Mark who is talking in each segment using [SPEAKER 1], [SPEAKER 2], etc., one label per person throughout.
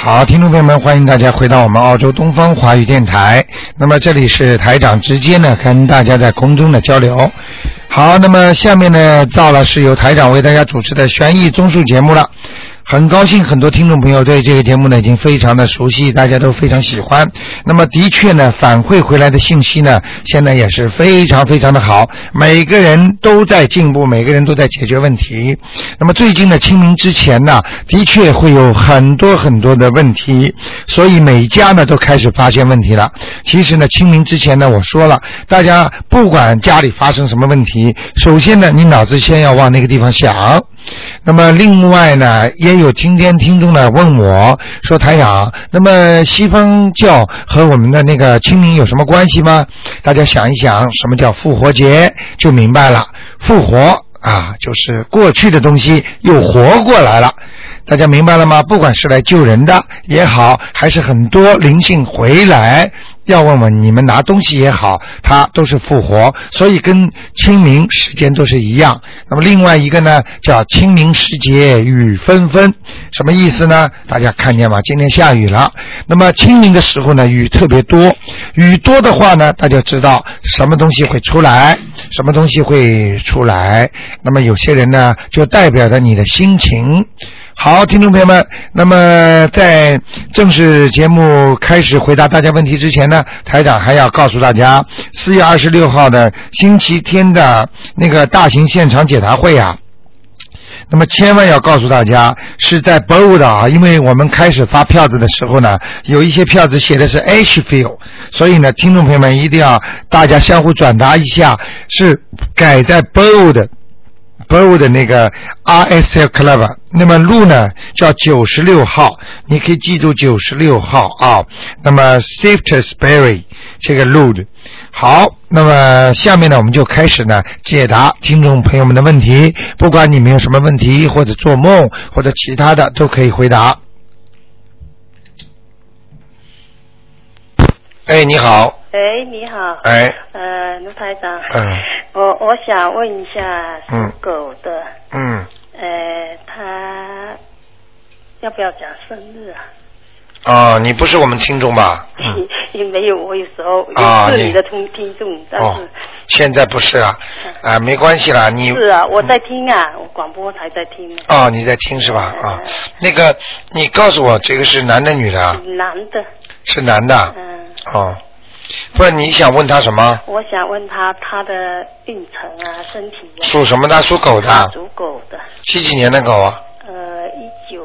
[SPEAKER 1] 好，听众朋友们，欢迎大家回到我们澳洲东方华语电台。那么这里是台长直接呢跟大家在空中的交流。好，那么下面呢到了是由台长为大家主持的悬疑综述节目了。很高兴，很多听众朋友对这个节目呢已经非常的熟悉，大家都非常喜欢。那么的确呢，反馈回来的信息呢，现在也是非常非常的好，每个人都在进步，每个人都在解决问题。那么最近呢，清明之前呢，的确会有很多很多的问题，所以每家呢都开始发现问题了。其实呢，清明之前呢，我说了，大家不管家里发生什么问题，首先呢，你脑子先要往那个地方想。那么另外呢，也有今天听众呢问我说：“台长，那么西方教和我们的那个清明有什么关系吗？”大家想一想，什么叫复活节就明白了。复活啊，就是过去的东西又活过来了。大家明白了吗？不管是来救人的也好，还是很多灵性回来要问问你们拿东西也好，它都是复活，所以跟清明时间都是一样。那么另外一个呢，叫清明时节雨纷纷，什么意思呢？大家看见吗？今天下雨了。那么清明的时候呢，雨特别多，雨多的话呢，大家知道什么东西会出来，什么东西会出来。那么有些人呢，就代表着你的心情。好，听众朋友们，那么在正式节目开始回答大家问题之前呢，台长还要告诉大家，四月二十六号的星期天的那个大型现场解答会啊。那么千万要告诉大家是在 b o d 啊，因为我们开始发票子的时候呢，有一些票子写的是 Ashfield，所以呢，听众朋友们一定要大家相互转达一下，是改在 b o d b o 的那个 RSL Club，那啊么路呢叫九十六号，你可以记住九十六号啊。那么 Safety'sbury 这个路的，好，那么下面呢我们就开始呢解答听众朋友们的问题，不管你们有什么问题或者做梦或者其他的都可以回答。哎，你好，
[SPEAKER 2] 喂，你好，
[SPEAKER 1] 哎，
[SPEAKER 2] 呃，卢台长，
[SPEAKER 1] 嗯
[SPEAKER 2] 我我想问一下
[SPEAKER 1] 嗯
[SPEAKER 2] 属狗的，
[SPEAKER 1] 嗯
[SPEAKER 2] 呃，他要不要讲生日啊？
[SPEAKER 1] 啊，你不是我们听众吧？嗯。
[SPEAKER 2] 因为没有，我有时候
[SPEAKER 1] 啊
[SPEAKER 2] 也是
[SPEAKER 1] 你
[SPEAKER 2] 你的听听众，但
[SPEAKER 1] 哦
[SPEAKER 2] 是、，
[SPEAKER 1] 现在不是啊，啊，没关系啦，你
[SPEAKER 2] 嗯
[SPEAKER 1] 嗯
[SPEAKER 2] 是啊，我在听啊，我广播台在听啊呢，
[SPEAKER 1] 哦，你在听是吧？啊，那个，你告诉我这个是男的女的啊？
[SPEAKER 2] 男的，
[SPEAKER 1] 是男的。
[SPEAKER 2] 嗯，
[SPEAKER 1] 哦，不是你想问他什么？
[SPEAKER 2] 我想问他他的运程啊，身体啊，
[SPEAKER 1] 属什么的？属狗的。啊
[SPEAKER 2] 属狗的，
[SPEAKER 1] 几几年的狗啊？
[SPEAKER 2] 呃，一九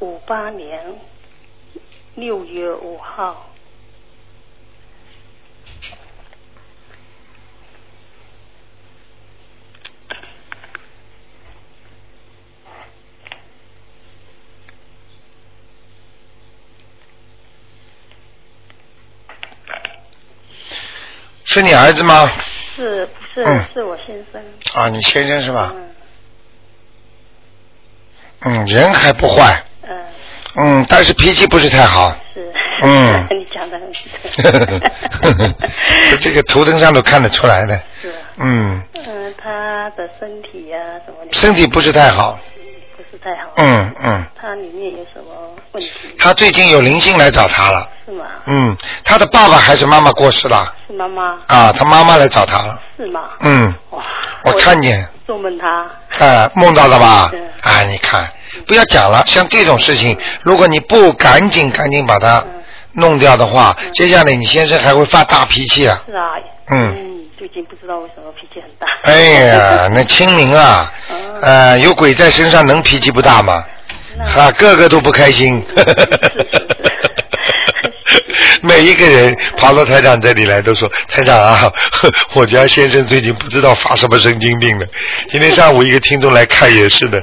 [SPEAKER 2] 五八年六月五号。
[SPEAKER 1] 是你儿子吗？
[SPEAKER 2] 是不是、
[SPEAKER 1] 嗯
[SPEAKER 2] 是我先生？
[SPEAKER 1] 啊，你先生是吧？
[SPEAKER 2] 嗯
[SPEAKER 1] 嗯，人还不坏，
[SPEAKER 2] 嗯，
[SPEAKER 1] 嗯，但是脾气不是太 好。
[SPEAKER 2] 是。
[SPEAKER 1] 嗯
[SPEAKER 2] 你讲的很
[SPEAKER 1] 就
[SPEAKER 2] 对。
[SPEAKER 1] 这个图腾上都看得出来的。
[SPEAKER 2] 是啊。
[SPEAKER 1] 嗯，
[SPEAKER 2] 嗯，他的身体啊，什么
[SPEAKER 1] 身体不是太好。
[SPEAKER 2] 不是太好。。
[SPEAKER 1] 嗯嗯，
[SPEAKER 2] 他里面有什么问题？
[SPEAKER 1] 他最近有灵性来找他了。
[SPEAKER 2] 是吗？
[SPEAKER 1] 嗯，他的爸爸还是妈妈过世了
[SPEAKER 2] 是妈妈？
[SPEAKER 1] 啊，他妈妈来找他了。
[SPEAKER 2] 是吗？
[SPEAKER 1] 嗯，
[SPEAKER 2] 哇！
[SPEAKER 1] 我看见，
[SPEAKER 2] 做梦他。
[SPEAKER 1] 哎，梦到了吧
[SPEAKER 2] 嗯？
[SPEAKER 1] 哎，你看，不要讲了，像这种事情，如果你不赶紧赶紧把它
[SPEAKER 2] 嗯。
[SPEAKER 1] 弄掉的话，接下来你先生还会发大脾气啊！
[SPEAKER 2] 是啊。
[SPEAKER 1] 嗯
[SPEAKER 2] 嗯。最近不知道为什么脾气很大。
[SPEAKER 1] 哎呀，那清明啊，
[SPEAKER 2] 嗯
[SPEAKER 1] 呃，有鬼在身上能脾气不大吗？
[SPEAKER 2] 那
[SPEAKER 1] 啊，个个都不开 心
[SPEAKER 2] 是是。是
[SPEAKER 1] 每一个人跑到台长这里来都说：“台长啊， 呵我家先生最近不知道发什么神经病了。”今天上午一个听众来看也是的，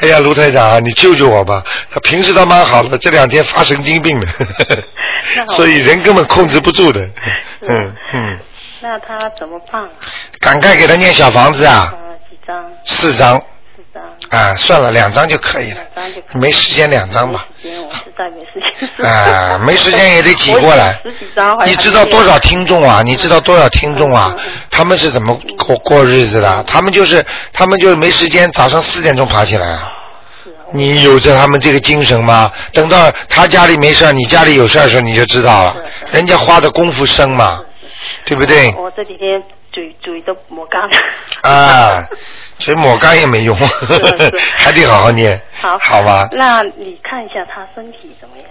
[SPEAKER 1] 哎呀，卢台长啊，你救救我吧！他平时倒蛮好的，这两天发神经病了，
[SPEAKER 2] 那好
[SPEAKER 1] 所以人根本控制不住的。嗯嗯，
[SPEAKER 2] 那他怎么办啊？
[SPEAKER 1] 赶快给他念小房子啊，
[SPEAKER 2] 呃，几张？
[SPEAKER 1] 四张
[SPEAKER 2] 四张。
[SPEAKER 1] 啊，算了，两张就可以了
[SPEAKER 2] 两张就可，以
[SPEAKER 1] 没时间两张吧。
[SPEAKER 2] 没时间，我实在没时间。
[SPEAKER 1] 啊，没时间也得挤过来
[SPEAKER 2] 嗯 我有十几张，。
[SPEAKER 1] 你知道多少？听众啊？你知道多少听众啊
[SPEAKER 2] 嗯嗯嗯？
[SPEAKER 1] 他们是怎么过过日子的？他们就是他们就是没时间，早上四点钟爬起来啊。
[SPEAKER 2] 是啊
[SPEAKER 1] 你有着他们这个精神吗？等到他家里没事儿，你家里有事儿的时候，你就知道了
[SPEAKER 2] 是。是
[SPEAKER 1] 人家花的功夫深嘛，对不对？
[SPEAKER 2] 我这几天嘴嘴都抹干 了。
[SPEAKER 1] 啊，所以抹干也没用，
[SPEAKER 2] 哦是
[SPEAKER 1] 还得好好念，
[SPEAKER 2] 好，
[SPEAKER 1] 吧？
[SPEAKER 2] 那你看一下他身体怎么样？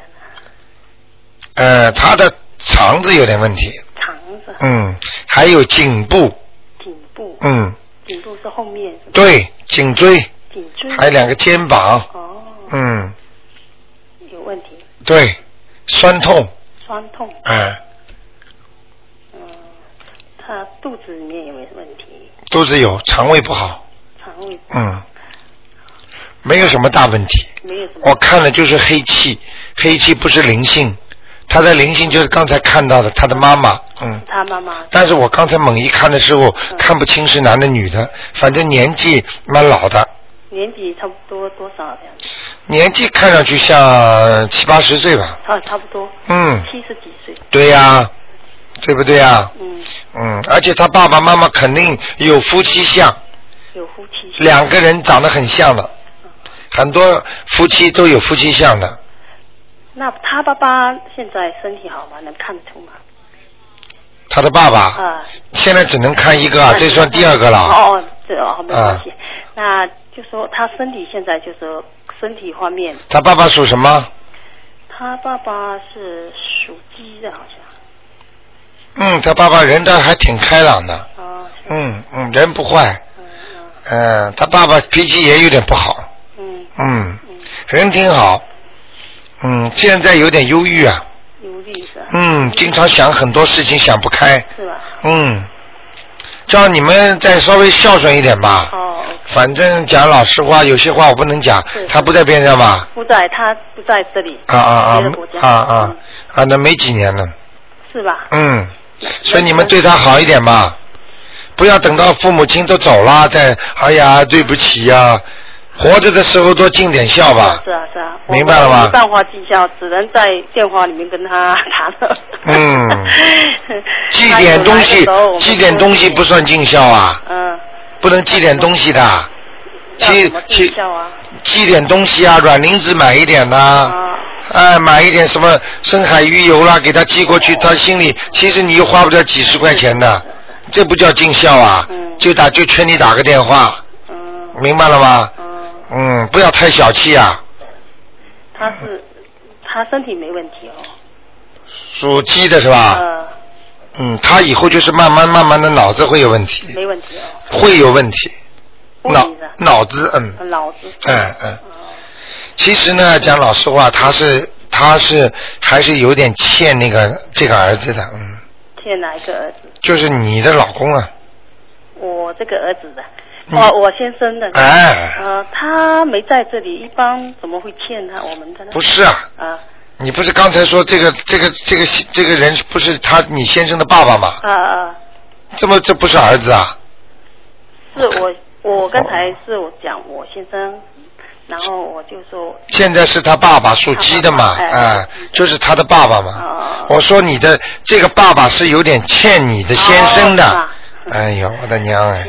[SPEAKER 1] 呃，他的肠子有点问题，
[SPEAKER 2] 肠子、
[SPEAKER 1] 嗯，还有颈部，
[SPEAKER 2] 颈部，
[SPEAKER 1] 嗯，
[SPEAKER 2] 颈部是后面是吧？
[SPEAKER 1] 对，颈椎，
[SPEAKER 2] 颈椎。
[SPEAKER 1] 还有两个肩膀，
[SPEAKER 2] 哦，
[SPEAKER 1] 嗯，
[SPEAKER 2] 有问题，
[SPEAKER 1] 对，酸痛，
[SPEAKER 2] 酸痛。
[SPEAKER 1] 嗯，
[SPEAKER 2] 嗯，他肚子里面有没有问题？
[SPEAKER 1] 肚子有，肠胃不好，
[SPEAKER 2] 肠胃
[SPEAKER 1] 嗯，没有什么大问题。
[SPEAKER 2] 没有什么
[SPEAKER 1] 我看了就是黑气，黑气不是灵性，他的灵性就是刚才看到的他的妈妈，嗯。
[SPEAKER 2] 他妈妈
[SPEAKER 1] 但是我刚才猛一看的时候，看不清是男的女的，反正年纪蛮老的，
[SPEAKER 2] 年纪差不多多少这样子？
[SPEAKER 1] 年纪看上去像七八十岁吧。
[SPEAKER 2] 啊，差不多
[SPEAKER 1] 嗯，
[SPEAKER 2] 七十几岁。
[SPEAKER 1] 对呀、对不对呀、
[SPEAKER 2] 嗯，
[SPEAKER 1] 嗯，而且他爸爸妈妈肯定有夫妻相，
[SPEAKER 2] 有夫妻相。
[SPEAKER 1] 两个人长得很像的，很多夫妻都有夫妻相的。
[SPEAKER 2] 那他爸爸现在身体好吗？能看得出吗？
[SPEAKER 1] 他的爸爸
[SPEAKER 2] 啊，
[SPEAKER 1] 现在只能看一个啊，这算第二个了。啊
[SPEAKER 2] 哦，哦，这哦没关系。那就说他身体现在就是身体方面，
[SPEAKER 1] 他爸爸属什么？
[SPEAKER 2] 他爸爸是属鸡的，好像
[SPEAKER 1] 嗯，他爸爸人倒还挺开朗的，
[SPEAKER 2] 啊，是
[SPEAKER 1] 嗯嗯，人不坏。
[SPEAKER 2] 嗯嗯
[SPEAKER 1] 嗯，他爸爸脾气也有点不好，
[SPEAKER 2] 嗯
[SPEAKER 1] 嗯，
[SPEAKER 2] 嗯，
[SPEAKER 1] 人挺好，嗯，现在有点忧郁啊，
[SPEAKER 2] 有绿色，
[SPEAKER 1] 嗯，经常想很多事情想不开，
[SPEAKER 2] 是吧？
[SPEAKER 1] 嗯，叫你们再稍微孝顺一点吧。
[SPEAKER 2] 哦，
[SPEAKER 1] 反正讲老实话，有些话我不能讲
[SPEAKER 2] 是，
[SPEAKER 1] 他不在边上吧？
[SPEAKER 2] 不在，他不在这里，
[SPEAKER 1] 啊啊啊
[SPEAKER 2] 别的国家
[SPEAKER 1] 啊啊
[SPEAKER 2] 嗯
[SPEAKER 1] 啊！那没几年了，
[SPEAKER 2] 是吧？
[SPEAKER 1] 嗯，所以你们对他好一点吧，不要等到父母亲都走了再，哎呀，对不起呀、活着的时候多尽点孝
[SPEAKER 2] 是
[SPEAKER 1] 吧
[SPEAKER 2] 啊。是啊是啊，
[SPEAKER 1] 明白了吧
[SPEAKER 2] 我没办法尽孝，只能在电话里面跟他 谈了。
[SPEAKER 1] 嗯 寄
[SPEAKER 2] 那有
[SPEAKER 1] 点东
[SPEAKER 2] 来的
[SPEAKER 1] 西
[SPEAKER 2] 时候我，们
[SPEAKER 1] 寄点
[SPEAKER 2] 说
[SPEAKER 1] 东西不算尽孝啊，
[SPEAKER 2] 嗯，
[SPEAKER 1] 不能寄点东西的，
[SPEAKER 2] 那
[SPEAKER 1] 寄
[SPEAKER 2] 怎么尽
[SPEAKER 1] 寄
[SPEAKER 2] 孝啊？
[SPEAKER 1] 寄点东西啊，软磷脂买一点呐、
[SPEAKER 2] 啊，
[SPEAKER 1] 哎，买一点什么深海鱼油啦，给他寄过去，他心里其实你又花不了几十块钱的，这不叫尽孝啊
[SPEAKER 2] 嗯！
[SPEAKER 1] 就打就劝你打个电话，
[SPEAKER 2] 嗯
[SPEAKER 1] 明白了吗？
[SPEAKER 2] 嗯，
[SPEAKER 1] 嗯，不要太小气啊。
[SPEAKER 2] 他是他身体没问题哦。
[SPEAKER 1] 属鸡的是吧？
[SPEAKER 2] 呃，
[SPEAKER 1] 嗯，他以后就是慢慢慢慢的脑子会有问题，
[SPEAKER 2] 没问题哦。
[SPEAKER 1] 会有问题，
[SPEAKER 2] 不
[SPEAKER 1] 脑
[SPEAKER 2] 行的，
[SPEAKER 1] 脑子嗯
[SPEAKER 2] 脑啊子。
[SPEAKER 1] 嗯嗯。
[SPEAKER 2] 哦
[SPEAKER 1] 其实呢，讲老实话，他是他是还是有点欠那个这个儿子的，嗯，
[SPEAKER 2] 欠哪一个儿子？
[SPEAKER 1] 就是你的老公啊，
[SPEAKER 2] 我这个儿子的，
[SPEAKER 1] 嗯
[SPEAKER 2] 哦，我先生的。
[SPEAKER 1] 哎
[SPEAKER 2] 呃，他没在这里，一般怎么会欠他我们的呢？
[SPEAKER 1] 不是啊，
[SPEAKER 2] 啊
[SPEAKER 1] 你不是刚才说这个这个这个这个人不是他你先生的爸爸吗？
[SPEAKER 2] 啊啊！
[SPEAKER 1] 这么这不是儿子啊？
[SPEAKER 2] 是我，我刚才是我讲我先生，然后我就说，
[SPEAKER 1] 现在是他爸爸属鸡的嘛，
[SPEAKER 2] 他爸爸
[SPEAKER 1] 哎、就是他的爸爸嘛。
[SPEAKER 2] 哦
[SPEAKER 1] 啊我说你的这个爸爸是有点欠你的先生的。
[SPEAKER 2] 哦是吧
[SPEAKER 1] 哎呦，我的娘哎！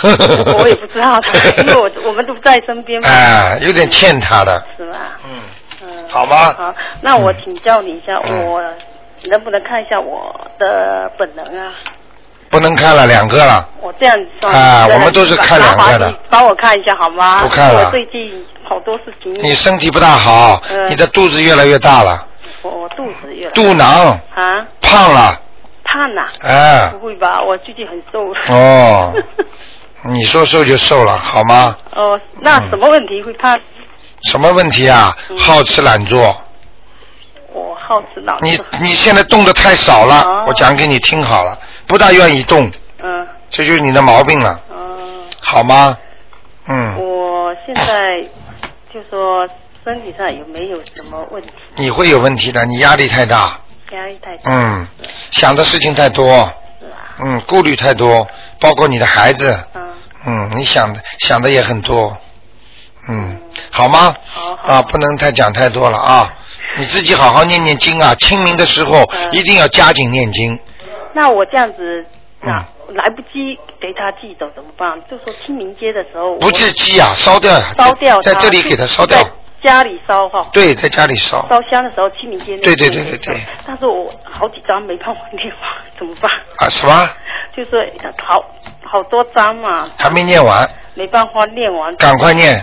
[SPEAKER 2] 我也不知道 他，因为我我们都不在身边嘛，
[SPEAKER 1] 哎，有点欠他的，
[SPEAKER 2] 是吧？
[SPEAKER 1] 嗯，
[SPEAKER 2] 嗯，
[SPEAKER 1] 好吗
[SPEAKER 2] 好，那我请教你一下，
[SPEAKER 1] 嗯
[SPEAKER 2] 我能不能看一下我的本人啊？
[SPEAKER 1] 不能看了两个了，
[SPEAKER 2] 我这样算
[SPEAKER 1] 啊
[SPEAKER 2] 对
[SPEAKER 1] 我们都是看两个的
[SPEAKER 2] 麻烦你帮我看一下好吗？
[SPEAKER 1] 不看了
[SPEAKER 2] 我最近好多事情，
[SPEAKER 1] 你身体不大好，
[SPEAKER 2] 嗯
[SPEAKER 1] 你的肚子越来越大了，
[SPEAKER 2] 我我肚子越来
[SPEAKER 1] 肚囊
[SPEAKER 2] 啊
[SPEAKER 1] 胖了，
[SPEAKER 2] 胖呐、
[SPEAKER 1] 哎
[SPEAKER 2] 不，会吧？我最近很瘦。
[SPEAKER 1] 哦你说瘦就瘦了，好吗？
[SPEAKER 2] 哦，那什么问题会胖？
[SPEAKER 1] 什么问题啊？
[SPEAKER 2] 嗯
[SPEAKER 1] 好吃懒做，
[SPEAKER 2] 我好吃懒
[SPEAKER 1] 你
[SPEAKER 2] 做。
[SPEAKER 1] 你现在动的太少了
[SPEAKER 2] 哦，
[SPEAKER 1] 我讲给你听好了，不大愿意动，
[SPEAKER 2] 嗯
[SPEAKER 1] 这就是你的毛病了，
[SPEAKER 2] 嗯，
[SPEAKER 3] 呃
[SPEAKER 1] 好吗？嗯，
[SPEAKER 2] 我现在就说身体上有没有什么问题？
[SPEAKER 1] 你会有问题的，你压力太大，
[SPEAKER 2] 压力太大
[SPEAKER 1] 嗯，想的事情太多，
[SPEAKER 2] 是吧？
[SPEAKER 1] 嗯，顾虑太多，包括你的孩子，
[SPEAKER 2] 嗯，
[SPEAKER 1] 嗯，你想的想的也很多，嗯，好吗？
[SPEAKER 2] 好好
[SPEAKER 1] 啊，不能太讲太多了啊，你自己好好念念经啊，清明的时候
[SPEAKER 2] 嗯
[SPEAKER 1] 一定要加紧念经，
[SPEAKER 2] 那我这样子，那、
[SPEAKER 1] 嗯
[SPEAKER 3] 来不及给他寄走怎么办？就说清明节的时候，
[SPEAKER 1] 不是鸡呀，烧掉呀，
[SPEAKER 3] 我烧掉它，
[SPEAKER 1] 在这里给它烧掉
[SPEAKER 3] 在，家里烧哈。
[SPEAKER 1] 对，在家里烧，
[SPEAKER 3] 烧香的时候，清明节那
[SPEAKER 1] 对对
[SPEAKER 3] 天
[SPEAKER 1] 对对
[SPEAKER 3] 也烧
[SPEAKER 1] 对。
[SPEAKER 3] 但是我好几张没办法念完，怎么办？
[SPEAKER 1] 啊，什么
[SPEAKER 3] 就是呃好好多张嘛，
[SPEAKER 1] 还没念完，
[SPEAKER 3] 没办法念完，
[SPEAKER 1] 赶快念，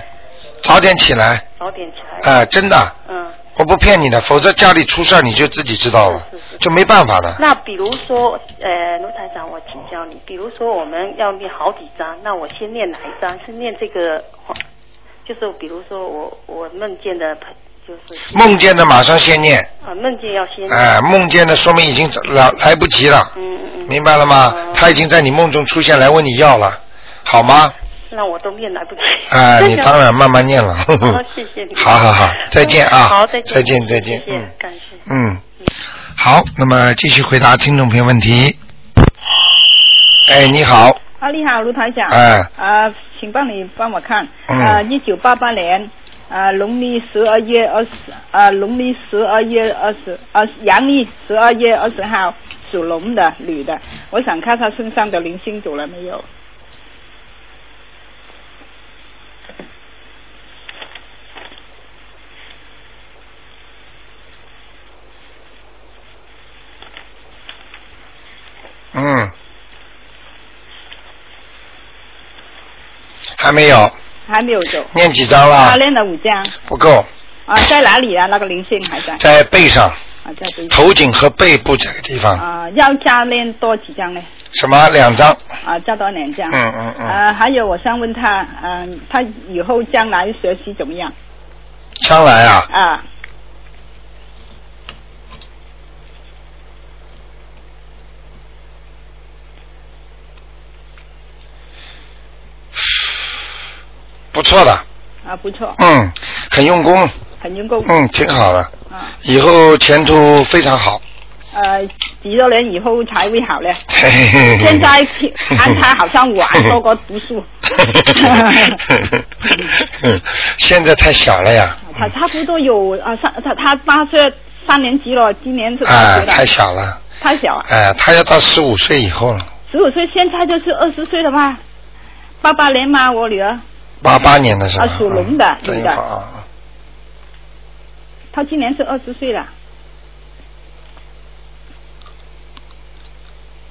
[SPEAKER 1] 早点起来，
[SPEAKER 3] 早点起来。
[SPEAKER 1] 啊，真的，
[SPEAKER 3] 嗯，
[SPEAKER 1] 我不骗你的，否则家里出事儿你就自己知道了
[SPEAKER 3] 是是，是
[SPEAKER 1] 就没办法的。
[SPEAKER 3] 那比如说，呃，卢台长，我请教你，比如说我们要念好几张，那我先念哪一张？是念这个，哦就是比如说我我梦见的朋，就是
[SPEAKER 1] 梦见的马上先念，
[SPEAKER 3] 啊梦见要先念，
[SPEAKER 1] 哎、梦见的说明已经早来来不及了，
[SPEAKER 3] 嗯嗯嗯，
[SPEAKER 1] 明白了吗
[SPEAKER 3] 哦？
[SPEAKER 1] 他已经在你梦中出现来问你要了，好吗？
[SPEAKER 3] 那我都念来不及。
[SPEAKER 1] 哎、你当然慢慢念了。
[SPEAKER 3] 好，谢谢你。嗯
[SPEAKER 1] 好好好，再见啊！
[SPEAKER 3] 好，再见，
[SPEAKER 1] 再见，再见
[SPEAKER 3] 谢。谢
[SPEAKER 1] 嗯，
[SPEAKER 3] 感谢。
[SPEAKER 1] 嗯，好，那么继续回答听众朋友问题。哎，你好，
[SPEAKER 4] 啊，你好，卢台长。
[SPEAKER 1] 哎、
[SPEAKER 4] 啊，请帮你帮我看。
[SPEAKER 1] 嗯
[SPEAKER 4] 啊，一九八八年，啊，农历十二月二十，啊，农历十二月二十，二十阳历十二月二十号，属龙的女的，我想看她身上的灵性走了没有？
[SPEAKER 1] 嗯，还没有，
[SPEAKER 4] 还没有走。
[SPEAKER 1] 念几张
[SPEAKER 4] 她
[SPEAKER 1] 了？
[SPEAKER 4] 练了五张。
[SPEAKER 1] 不够，
[SPEAKER 4] 啊，在哪里啊？那个灵性还在？
[SPEAKER 1] 在背上、
[SPEAKER 4] 啊，在这里。
[SPEAKER 1] 头颈和背部这个地方，
[SPEAKER 4] 啊，要加练多几张呢？
[SPEAKER 1] 什么两张？
[SPEAKER 4] 啊，加多两张。
[SPEAKER 1] 嗯嗯嗯，
[SPEAKER 4] 啊，还有我想问她，嗯、她以后将来学习怎么样？
[SPEAKER 1] 将来啊，
[SPEAKER 4] 啊。
[SPEAKER 1] 不错的，
[SPEAKER 4] 啊，不错，
[SPEAKER 1] 嗯，很用功，
[SPEAKER 4] 很用功。
[SPEAKER 1] 嗯，挺好的，
[SPEAKER 4] 啊，
[SPEAKER 1] 以后前途非常好。
[SPEAKER 4] 呃，几多年以后才会 好呢？
[SPEAKER 1] 嘿嘿嘿嘿
[SPEAKER 4] 现在看他好像 玩多过读书
[SPEAKER 1] 嗯现在太小了呀，
[SPEAKER 4] 他差不多有啊三，他他大学三年级了，今年是大
[SPEAKER 1] 哎，
[SPEAKER 4] 学
[SPEAKER 1] 太
[SPEAKER 4] 了，
[SPEAKER 1] 小了，
[SPEAKER 4] 太小啊，
[SPEAKER 1] 哎，他要到十五岁以后了，
[SPEAKER 4] 十五岁，现在就是二十岁了吧？八八年嘛，我女儿，
[SPEAKER 1] 八八年的是吧？
[SPEAKER 4] 啊属龙的
[SPEAKER 1] 嗯等一
[SPEAKER 4] 女
[SPEAKER 1] 会
[SPEAKER 4] 的
[SPEAKER 1] 儿啊，
[SPEAKER 4] 她今年是二十岁了，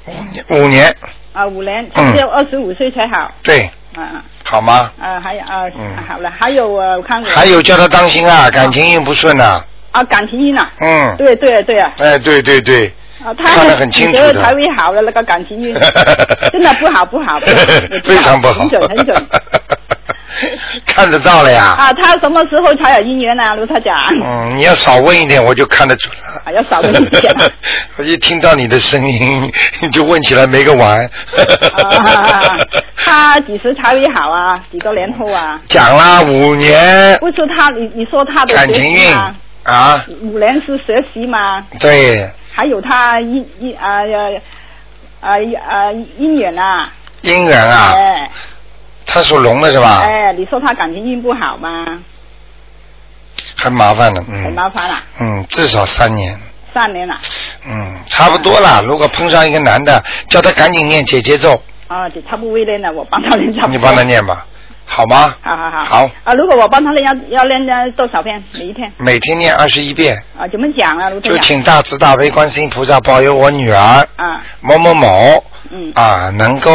[SPEAKER 1] 五年，五年，
[SPEAKER 4] 啊五
[SPEAKER 1] 嗯
[SPEAKER 4] 年，她只有二十五岁才好，
[SPEAKER 1] 对，
[SPEAKER 4] 啊
[SPEAKER 1] 好吗？
[SPEAKER 4] 啊还有啊
[SPEAKER 1] 嗯
[SPEAKER 4] 好了，还有呃我看我
[SPEAKER 1] 还有叫他当心啊，感情运不顺呐、
[SPEAKER 4] 啊感情运啊，
[SPEAKER 1] 嗯，
[SPEAKER 4] 对对对啊，
[SPEAKER 1] 哎，对对对，
[SPEAKER 4] 啊，
[SPEAKER 1] 看
[SPEAKER 4] 他
[SPEAKER 1] 得很清楚的，
[SPEAKER 4] 才会好的那个感情运 真的不好不好，不好我知
[SPEAKER 1] 非
[SPEAKER 4] 道
[SPEAKER 1] 常不好，
[SPEAKER 4] 很准很准。
[SPEAKER 1] 看得到了呀。
[SPEAKER 4] 啊，他什么时候才有姻缘啊？卢台 长，
[SPEAKER 1] 嗯，你要少问一点，我就看得准了。
[SPEAKER 4] 啊要少问一点
[SPEAKER 1] 我一听到你的声音， 就问起来没个完。
[SPEAKER 4] 啊，他几时才会好啊？几多年后啊？
[SPEAKER 1] 讲啦，五年
[SPEAKER 4] 不是他，你你说他的
[SPEAKER 1] 感
[SPEAKER 4] 学
[SPEAKER 1] 情
[SPEAKER 4] 习
[SPEAKER 1] 运
[SPEAKER 4] 嘛？
[SPEAKER 1] 啊，
[SPEAKER 4] 五年是学习嘛？
[SPEAKER 1] 对，
[SPEAKER 4] 还有他姻姻啊呀啊呀啊姻缘啊？
[SPEAKER 1] 姻缘啊，
[SPEAKER 4] 哎
[SPEAKER 1] 他属龙的是吧？
[SPEAKER 4] 哎，你说他感情运不好嘛？
[SPEAKER 1] 嗯很麻烦的，嗯，
[SPEAKER 4] 很麻烦啦，
[SPEAKER 1] 嗯，至少三年。
[SPEAKER 4] 三年啦，
[SPEAKER 1] 嗯，差不多啦。如果碰上一个男的，叫他赶紧念姐姐咒，
[SPEAKER 4] 啊，就差不多了呢，我帮他人家。
[SPEAKER 1] 你帮他念吧，好吗？
[SPEAKER 4] 好好好。
[SPEAKER 1] 好
[SPEAKER 4] 啊，如果我帮他练，要要练呃多少遍？每一天
[SPEAKER 1] 每天念二十一遍，
[SPEAKER 4] 啊？怎么讲啊，卢队
[SPEAKER 1] 就
[SPEAKER 4] 长？
[SPEAKER 1] 请大慈大悲观世音菩萨保佑我女儿
[SPEAKER 4] 啊，
[SPEAKER 1] 某某某
[SPEAKER 4] 嗯
[SPEAKER 1] 啊，能够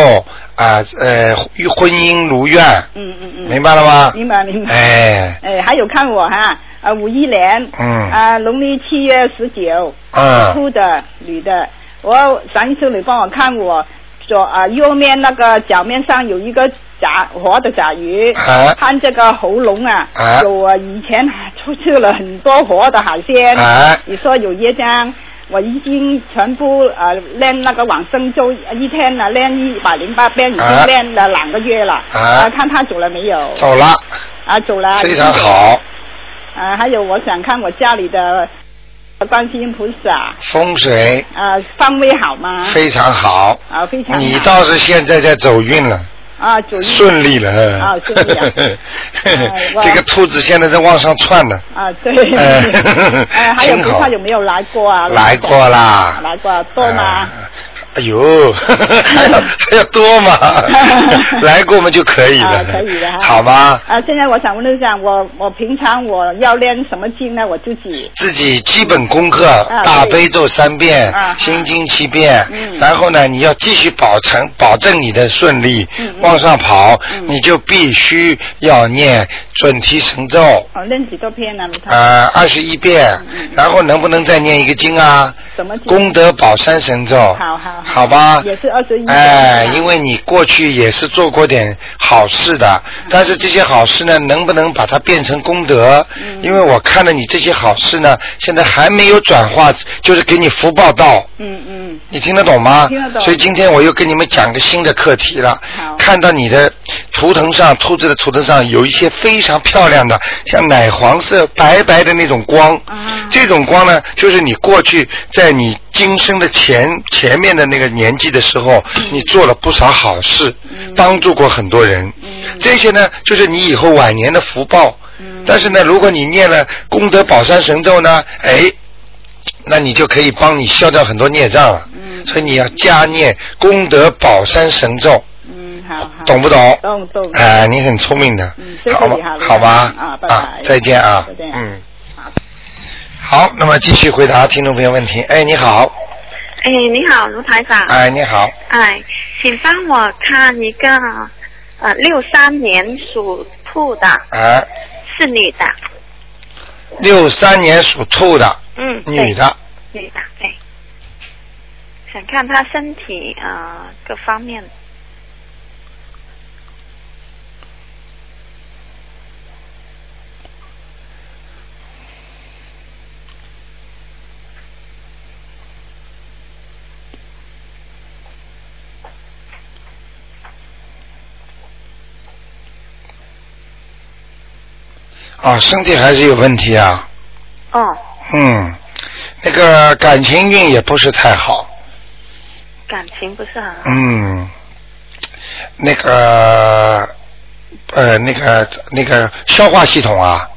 [SPEAKER 1] 啊呃婚姻如愿，
[SPEAKER 4] 嗯嗯嗯，
[SPEAKER 1] 明白了吗？
[SPEAKER 4] 明白明白。
[SPEAKER 1] 哎，
[SPEAKER 4] 哎，还有看我哈，啊，五一年，
[SPEAKER 1] 嗯
[SPEAKER 4] 啊，农历七月十九，
[SPEAKER 1] 嗯，
[SPEAKER 4] 兔的女的，我上一次你帮我看我左啊右面那个脚面上有一个甲活的甲鱼，
[SPEAKER 1] 啊
[SPEAKER 4] 看这个喉咙啊，
[SPEAKER 1] 啊
[SPEAKER 4] 有啊以前出去了很多活的海鲜，
[SPEAKER 1] 哎，
[SPEAKER 4] 你说有业障，我已经全部呃练那个往生咒一天了，练一百零八遍，已
[SPEAKER 1] 啊
[SPEAKER 4] 经练了两个月了。
[SPEAKER 1] 啊
[SPEAKER 4] 看他走了没有？
[SPEAKER 1] 走了，
[SPEAKER 4] 啊，走了。
[SPEAKER 1] 非常。好，
[SPEAKER 4] 啊，还有我想看我家里的观世音菩萨，
[SPEAKER 1] 风水
[SPEAKER 4] 啊，方位好吗？
[SPEAKER 1] 非常好，
[SPEAKER 4] 啊，非常好。
[SPEAKER 1] 你倒是现在在走运了。
[SPEAKER 4] 啊，走运
[SPEAKER 1] 顺利了。
[SPEAKER 4] 啊顺利啊 哎哇
[SPEAKER 1] 这个兔子现在在往上窜呢。
[SPEAKER 4] 啊，对。
[SPEAKER 1] 哎
[SPEAKER 4] 哎，还有
[SPEAKER 1] 挺
[SPEAKER 4] 菩
[SPEAKER 1] 好
[SPEAKER 4] 萨有没有来过啊？
[SPEAKER 1] 来过啦。
[SPEAKER 4] 来过，多吗？
[SPEAKER 1] 啊？哎呦， 还要还要多 嘛，来过嘛就可以了，
[SPEAKER 4] 啊可以的哈
[SPEAKER 1] 好吗？
[SPEAKER 4] 啊，现在我想问一下，我我平常我要练什么经呢？我自己
[SPEAKER 1] 自己基本功课，
[SPEAKER 4] 啊
[SPEAKER 1] 大
[SPEAKER 4] 对
[SPEAKER 1] 悲咒三遍，
[SPEAKER 4] 啊
[SPEAKER 1] 心经七遍，
[SPEAKER 4] 嗯
[SPEAKER 1] 然后呢，你要继续保成保证你的顺利，
[SPEAKER 4] 嗯嗯
[SPEAKER 1] 往上跑，
[SPEAKER 4] 嗯
[SPEAKER 1] 你就必须要念准提神咒，
[SPEAKER 4] 哦练几多篇呢？卢台长
[SPEAKER 1] 呃，二十一遍，
[SPEAKER 4] 嗯
[SPEAKER 1] 然后能不能再念一个经啊？
[SPEAKER 4] 什么经
[SPEAKER 1] 功德宝山神咒，
[SPEAKER 4] 好好
[SPEAKER 1] 好吧，
[SPEAKER 4] 也是21
[SPEAKER 1] 哎，
[SPEAKER 4] 遍
[SPEAKER 1] 因为你过去也是做过点好事的，
[SPEAKER 4] 嗯
[SPEAKER 1] 但是这些好事呢，能不能把它变成功德？
[SPEAKER 4] 嗯
[SPEAKER 1] 因为我看了你这些好事呢，现在还没有转化，就是给你福报到。
[SPEAKER 4] 嗯嗯，
[SPEAKER 1] 你听得懂吗？
[SPEAKER 4] 听得懂
[SPEAKER 1] 所以今天我又跟你们讲个新的课题了
[SPEAKER 4] 好。
[SPEAKER 1] 看到你的图腾上，兔子的图腾上有一些非常漂亮的，像奶黄色、白白的那种光。
[SPEAKER 4] 啊
[SPEAKER 1] 这种光呢，就是你过去在你今生的前前面的那个年纪的时候，你做了不少好事，
[SPEAKER 4] 嗯
[SPEAKER 1] 帮助过很多人。
[SPEAKER 4] 嗯
[SPEAKER 1] 这些呢，就是你以后晚年的福报。
[SPEAKER 4] 嗯
[SPEAKER 1] 但是呢，如果你念了功德宝山神咒呢，哎，那你就可以帮你消掉很多孽障了。
[SPEAKER 4] 嗯
[SPEAKER 1] 所以你要加念功德宝山神咒，
[SPEAKER 4] 嗯，好好，
[SPEAKER 1] 懂不懂？
[SPEAKER 4] 懂懂，
[SPEAKER 1] 哎、你很聪明的，
[SPEAKER 4] 嗯谢谢
[SPEAKER 1] 好
[SPEAKER 4] 你
[SPEAKER 1] 吗
[SPEAKER 4] 哈？卢
[SPEAKER 1] 好吧
[SPEAKER 4] 台，长啊拜
[SPEAKER 1] 啊
[SPEAKER 4] 拜
[SPEAKER 1] 再见啊，
[SPEAKER 4] 再见
[SPEAKER 1] 嗯
[SPEAKER 4] 好。
[SPEAKER 1] 好，那么继续回答听众朋友问题。哎，你好，
[SPEAKER 5] 哎，你好，卢台
[SPEAKER 4] 啊
[SPEAKER 5] 长。
[SPEAKER 1] 哎，你好，
[SPEAKER 5] 哎，请帮我看一个，呃，六三年属兔的，
[SPEAKER 1] 哎，
[SPEAKER 5] 是女的。
[SPEAKER 1] 六三年属兔的
[SPEAKER 5] 嗯，对
[SPEAKER 1] 女。的，
[SPEAKER 5] 女的，对。想看她身体呃各方面。
[SPEAKER 1] 啊，身体还是有问题啊，
[SPEAKER 5] 哦，
[SPEAKER 1] 嗯，那个感情运也不是太好，
[SPEAKER 5] 感情不是很好。
[SPEAKER 1] 嗯，那个呃，那个那个消化系统啊，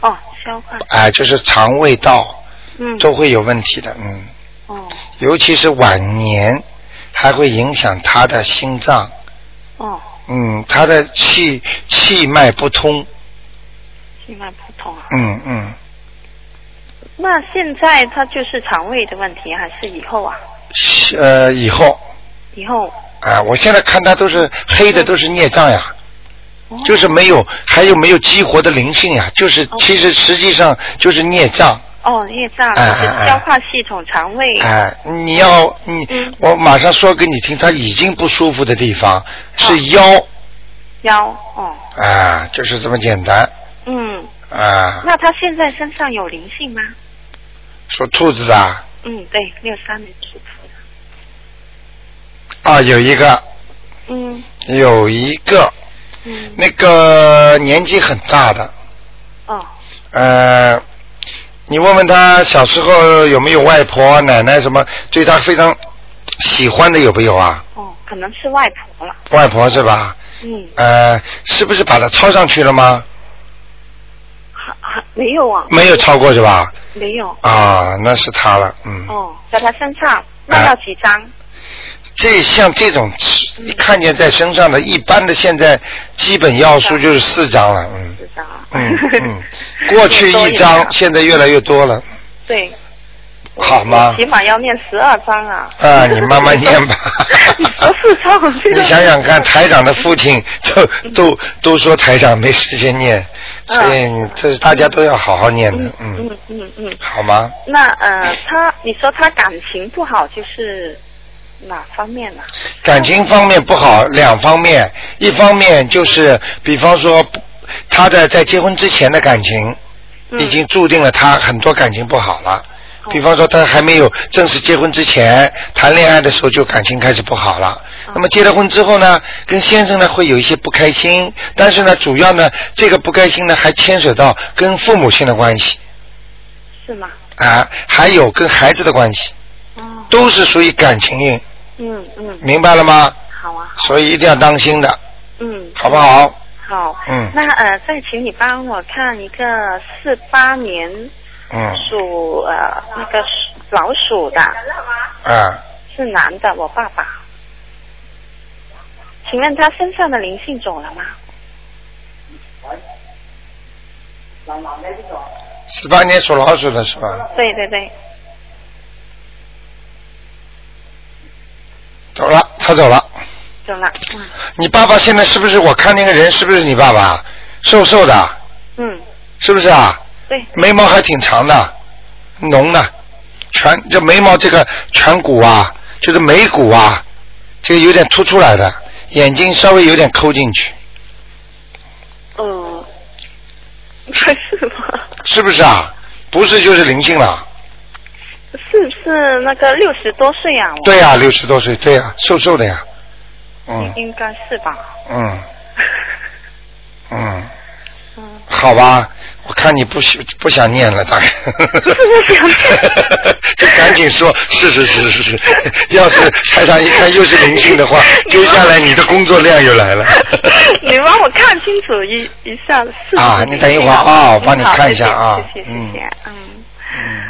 [SPEAKER 5] 哦，消化。
[SPEAKER 1] 哎、就是肠胃道
[SPEAKER 5] 嗯。
[SPEAKER 1] 都会有问题的，嗯，
[SPEAKER 5] 哦
[SPEAKER 1] 尤其是晚年，还会影响他的心脏，
[SPEAKER 5] 哦，
[SPEAKER 1] 嗯，他的气气脉不通，
[SPEAKER 5] 心脉不通啊。
[SPEAKER 1] 嗯嗯，
[SPEAKER 5] 那现在她就是肠胃的问题，还是以后啊？
[SPEAKER 1] 呃，以后
[SPEAKER 5] 以后。
[SPEAKER 1] 啊、我现在看他都是黑
[SPEAKER 5] 嗯
[SPEAKER 1] 的，都是孽障呀。
[SPEAKER 5] 哦
[SPEAKER 1] 就是没有，还有没有激活的灵性呀、就是
[SPEAKER 5] 哦
[SPEAKER 1] 其实实际上就是孽障，
[SPEAKER 5] 哦，孽障，
[SPEAKER 1] 哎
[SPEAKER 5] 就是
[SPEAKER 1] 哎哎
[SPEAKER 5] 消化系统、肠胃。
[SPEAKER 1] 哎，你要你、
[SPEAKER 5] 嗯
[SPEAKER 1] 我马上说给你听，他已经不舒服的地方是腰，
[SPEAKER 5] 腰哦，
[SPEAKER 1] 啊，就是这么简单
[SPEAKER 5] 嗯，
[SPEAKER 1] 啊。
[SPEAKER 5] 那他现在身上有灵性吗？
[SPEAKER 1] 说兔子的啊
[SPEAKER 5] 嗯，对，六三年属兔的。
[SPEAKER 1] 啊，有一个
[SPEAKER 5] 嗯
[SPEAKER 1] 有一个
[SPEAKER 5] 嗯，
[SPEAKER 1] 那个年纪很大的，
[SPEAKER 5] 哦，
[SPEAKER 1] 呃，你问问他小时候有没有外婆奶奶什么对他非常喜欢的有没有啊？
[SPEAKER 5] 哦，可能是外婆了。
[SPEAKER 1] 外婆是吧？
[SPEAKER 5] 嗯，
[SPEAKER 1] 呃，是不是把它抄上去了吗？
[SPEAKER 5] 还还没有啊，
[SPEAKER 1] 没有抄过是吧？
[SPEAKER 5] 没有。
[SPEAKER 1] 啊，那是他了，嗯。
[SPEAKER 5] 哦，在他身上，那要几张？
[SPEAKER 1] 这像这种一
[SPEAKER 5] 嗯
[SPEAKER 1] 看见在身上的，一般的现在基本要素就是四张了， 嗯
[SPEAKER 5] 四张啊。
[SPEAKER 1] 嗯嗯。过去
[SPEAKER 5] 多
[SPEAKER 1] 一
[SPEAKER 5] 点
[SPEAKER 1] 张，
[SPEAKER 5] 啊
[SPEAKER 1] 现在越来越多了。
[SPEAKER 5] 对。
[SPEAKER 1] 好吗
[SPEAKER 5] 我起码要念十二 章啊！
[SPEAKER 1] 啊你慢慢念吧
[SPEAKER 5] 你说四 章，我记得
[SPEAKER 1] 你想想看，台长的父亲都
[SPEAKER 5] 嗯
[SPEAKER 1] 都都说台长没时间念，所以你这是大家都要好好念的，嗯，
[SPEAKER 5] 嗯嗯嗯，
[SPEAKER 1] 好吗？
[SPEAKER 5] 那呃，他你说他感情不好，就是哪方面呢、
[SPEAKER 1] 感情方面不好，两方面，一方面就是，比方说，他的在结婚之前的感情，
[SPEAKER 5] 嗯、
[SPEAKER 1] 已经注定了他很多感情不好了。
[SPEAKER 5] 哦
[SPEAKER 1] 比方说，他还没有正式结婚之前，谈恋爱的时候就感情开始不好了。
[SPEAKER 5] 哦
[SPEAKER 1] 那么结了婚之后呢，跟先生呢会有一些不开心，但是呢，主要呢这个不开心呢还牵扯到跟父母亲的关系
[SPEAKER 5] 是吗？
[SPEAKER 1] 啊，还有跟孩子的关系，
[SPEAKER 5] 哦，
[SPEAKER 1] 都是属于感情运，
[SPEAKER 5] 嗯嗯，
[SPEAKER 1] 明白了吗？
[SPEAKER 5] 好啊，
[SPEAKER 1] 所以一定要当心的，
[SPEAKER 5] 嗯，
[SPEAKER 1] 好不好？
[SPEAKER 5] 好，
[SPEAKER 1] 嗯
[SPEAKER 5] 那呃，再请你帮我看一个四八年
[SPEAKER 1] 嗯
[SPEAKER 5] 属呃那个属老鼠的
[SPEAKER 1] 啊，
[SPEAKER 5] 是男的，我爸爸。请问他身上的灵性走了吗？
[SPEAKER 1] 十八年属老鼠的是吧？
[SPEAKER 5] 对对对，
[SPEAKER 1] 走了，他走了。
[SPEAKER 5] 走了。嗯
[SPEAKER 1] 你爸爸现在是不是？我看那个人是不是你爸爸？瘦瘦的，
[SPEAKER 5] 嗯，
[SPEAKER 1] 是不是啊？
[SPEAKER 5] 对，
[SPEAKER 1] 眉毛还挺长的，浓的，颧这眉毛这个颧骨啊，这个眉骨啊，这个有点凸出来的，眼睛稍微有点抠进去，
[SPEAKER 5] 哦， 是吗？
[SPEAKER 1] 是不是啊？不是就是灵性了。
[SPEAKER 5] 是不是那个六十多岁啊？我
[SPEAKER 1] 对呀、六十多岁，对呀、瘦瘦的呀。嗯
[SPEAKER 5] 应该是吧？
[SPEAKER 1] 嗯嗯，
[SPEAKER 5] 嗯，
[SPEAKER 1] 好吧，我看你不喜不想念了， 大概。
[SPEAKER 5] 不想念
[SPEAKER 1] 就赶紧说，是是是是 是，要是台上一看又是灵性的话，接下来你的工作量又 来了。
[SPEAKER 5] 你帮我看清楚一一下是不是
[SPEAKER 1] 啊你等一会儿啊我帮你看一下啊
[SPEAKER 5] 谢谢谢
[SPEAKER 1] 嗯
[SPEAKER 5] 谢谢谢，嗯，
[SPEAKER 1] 嗯，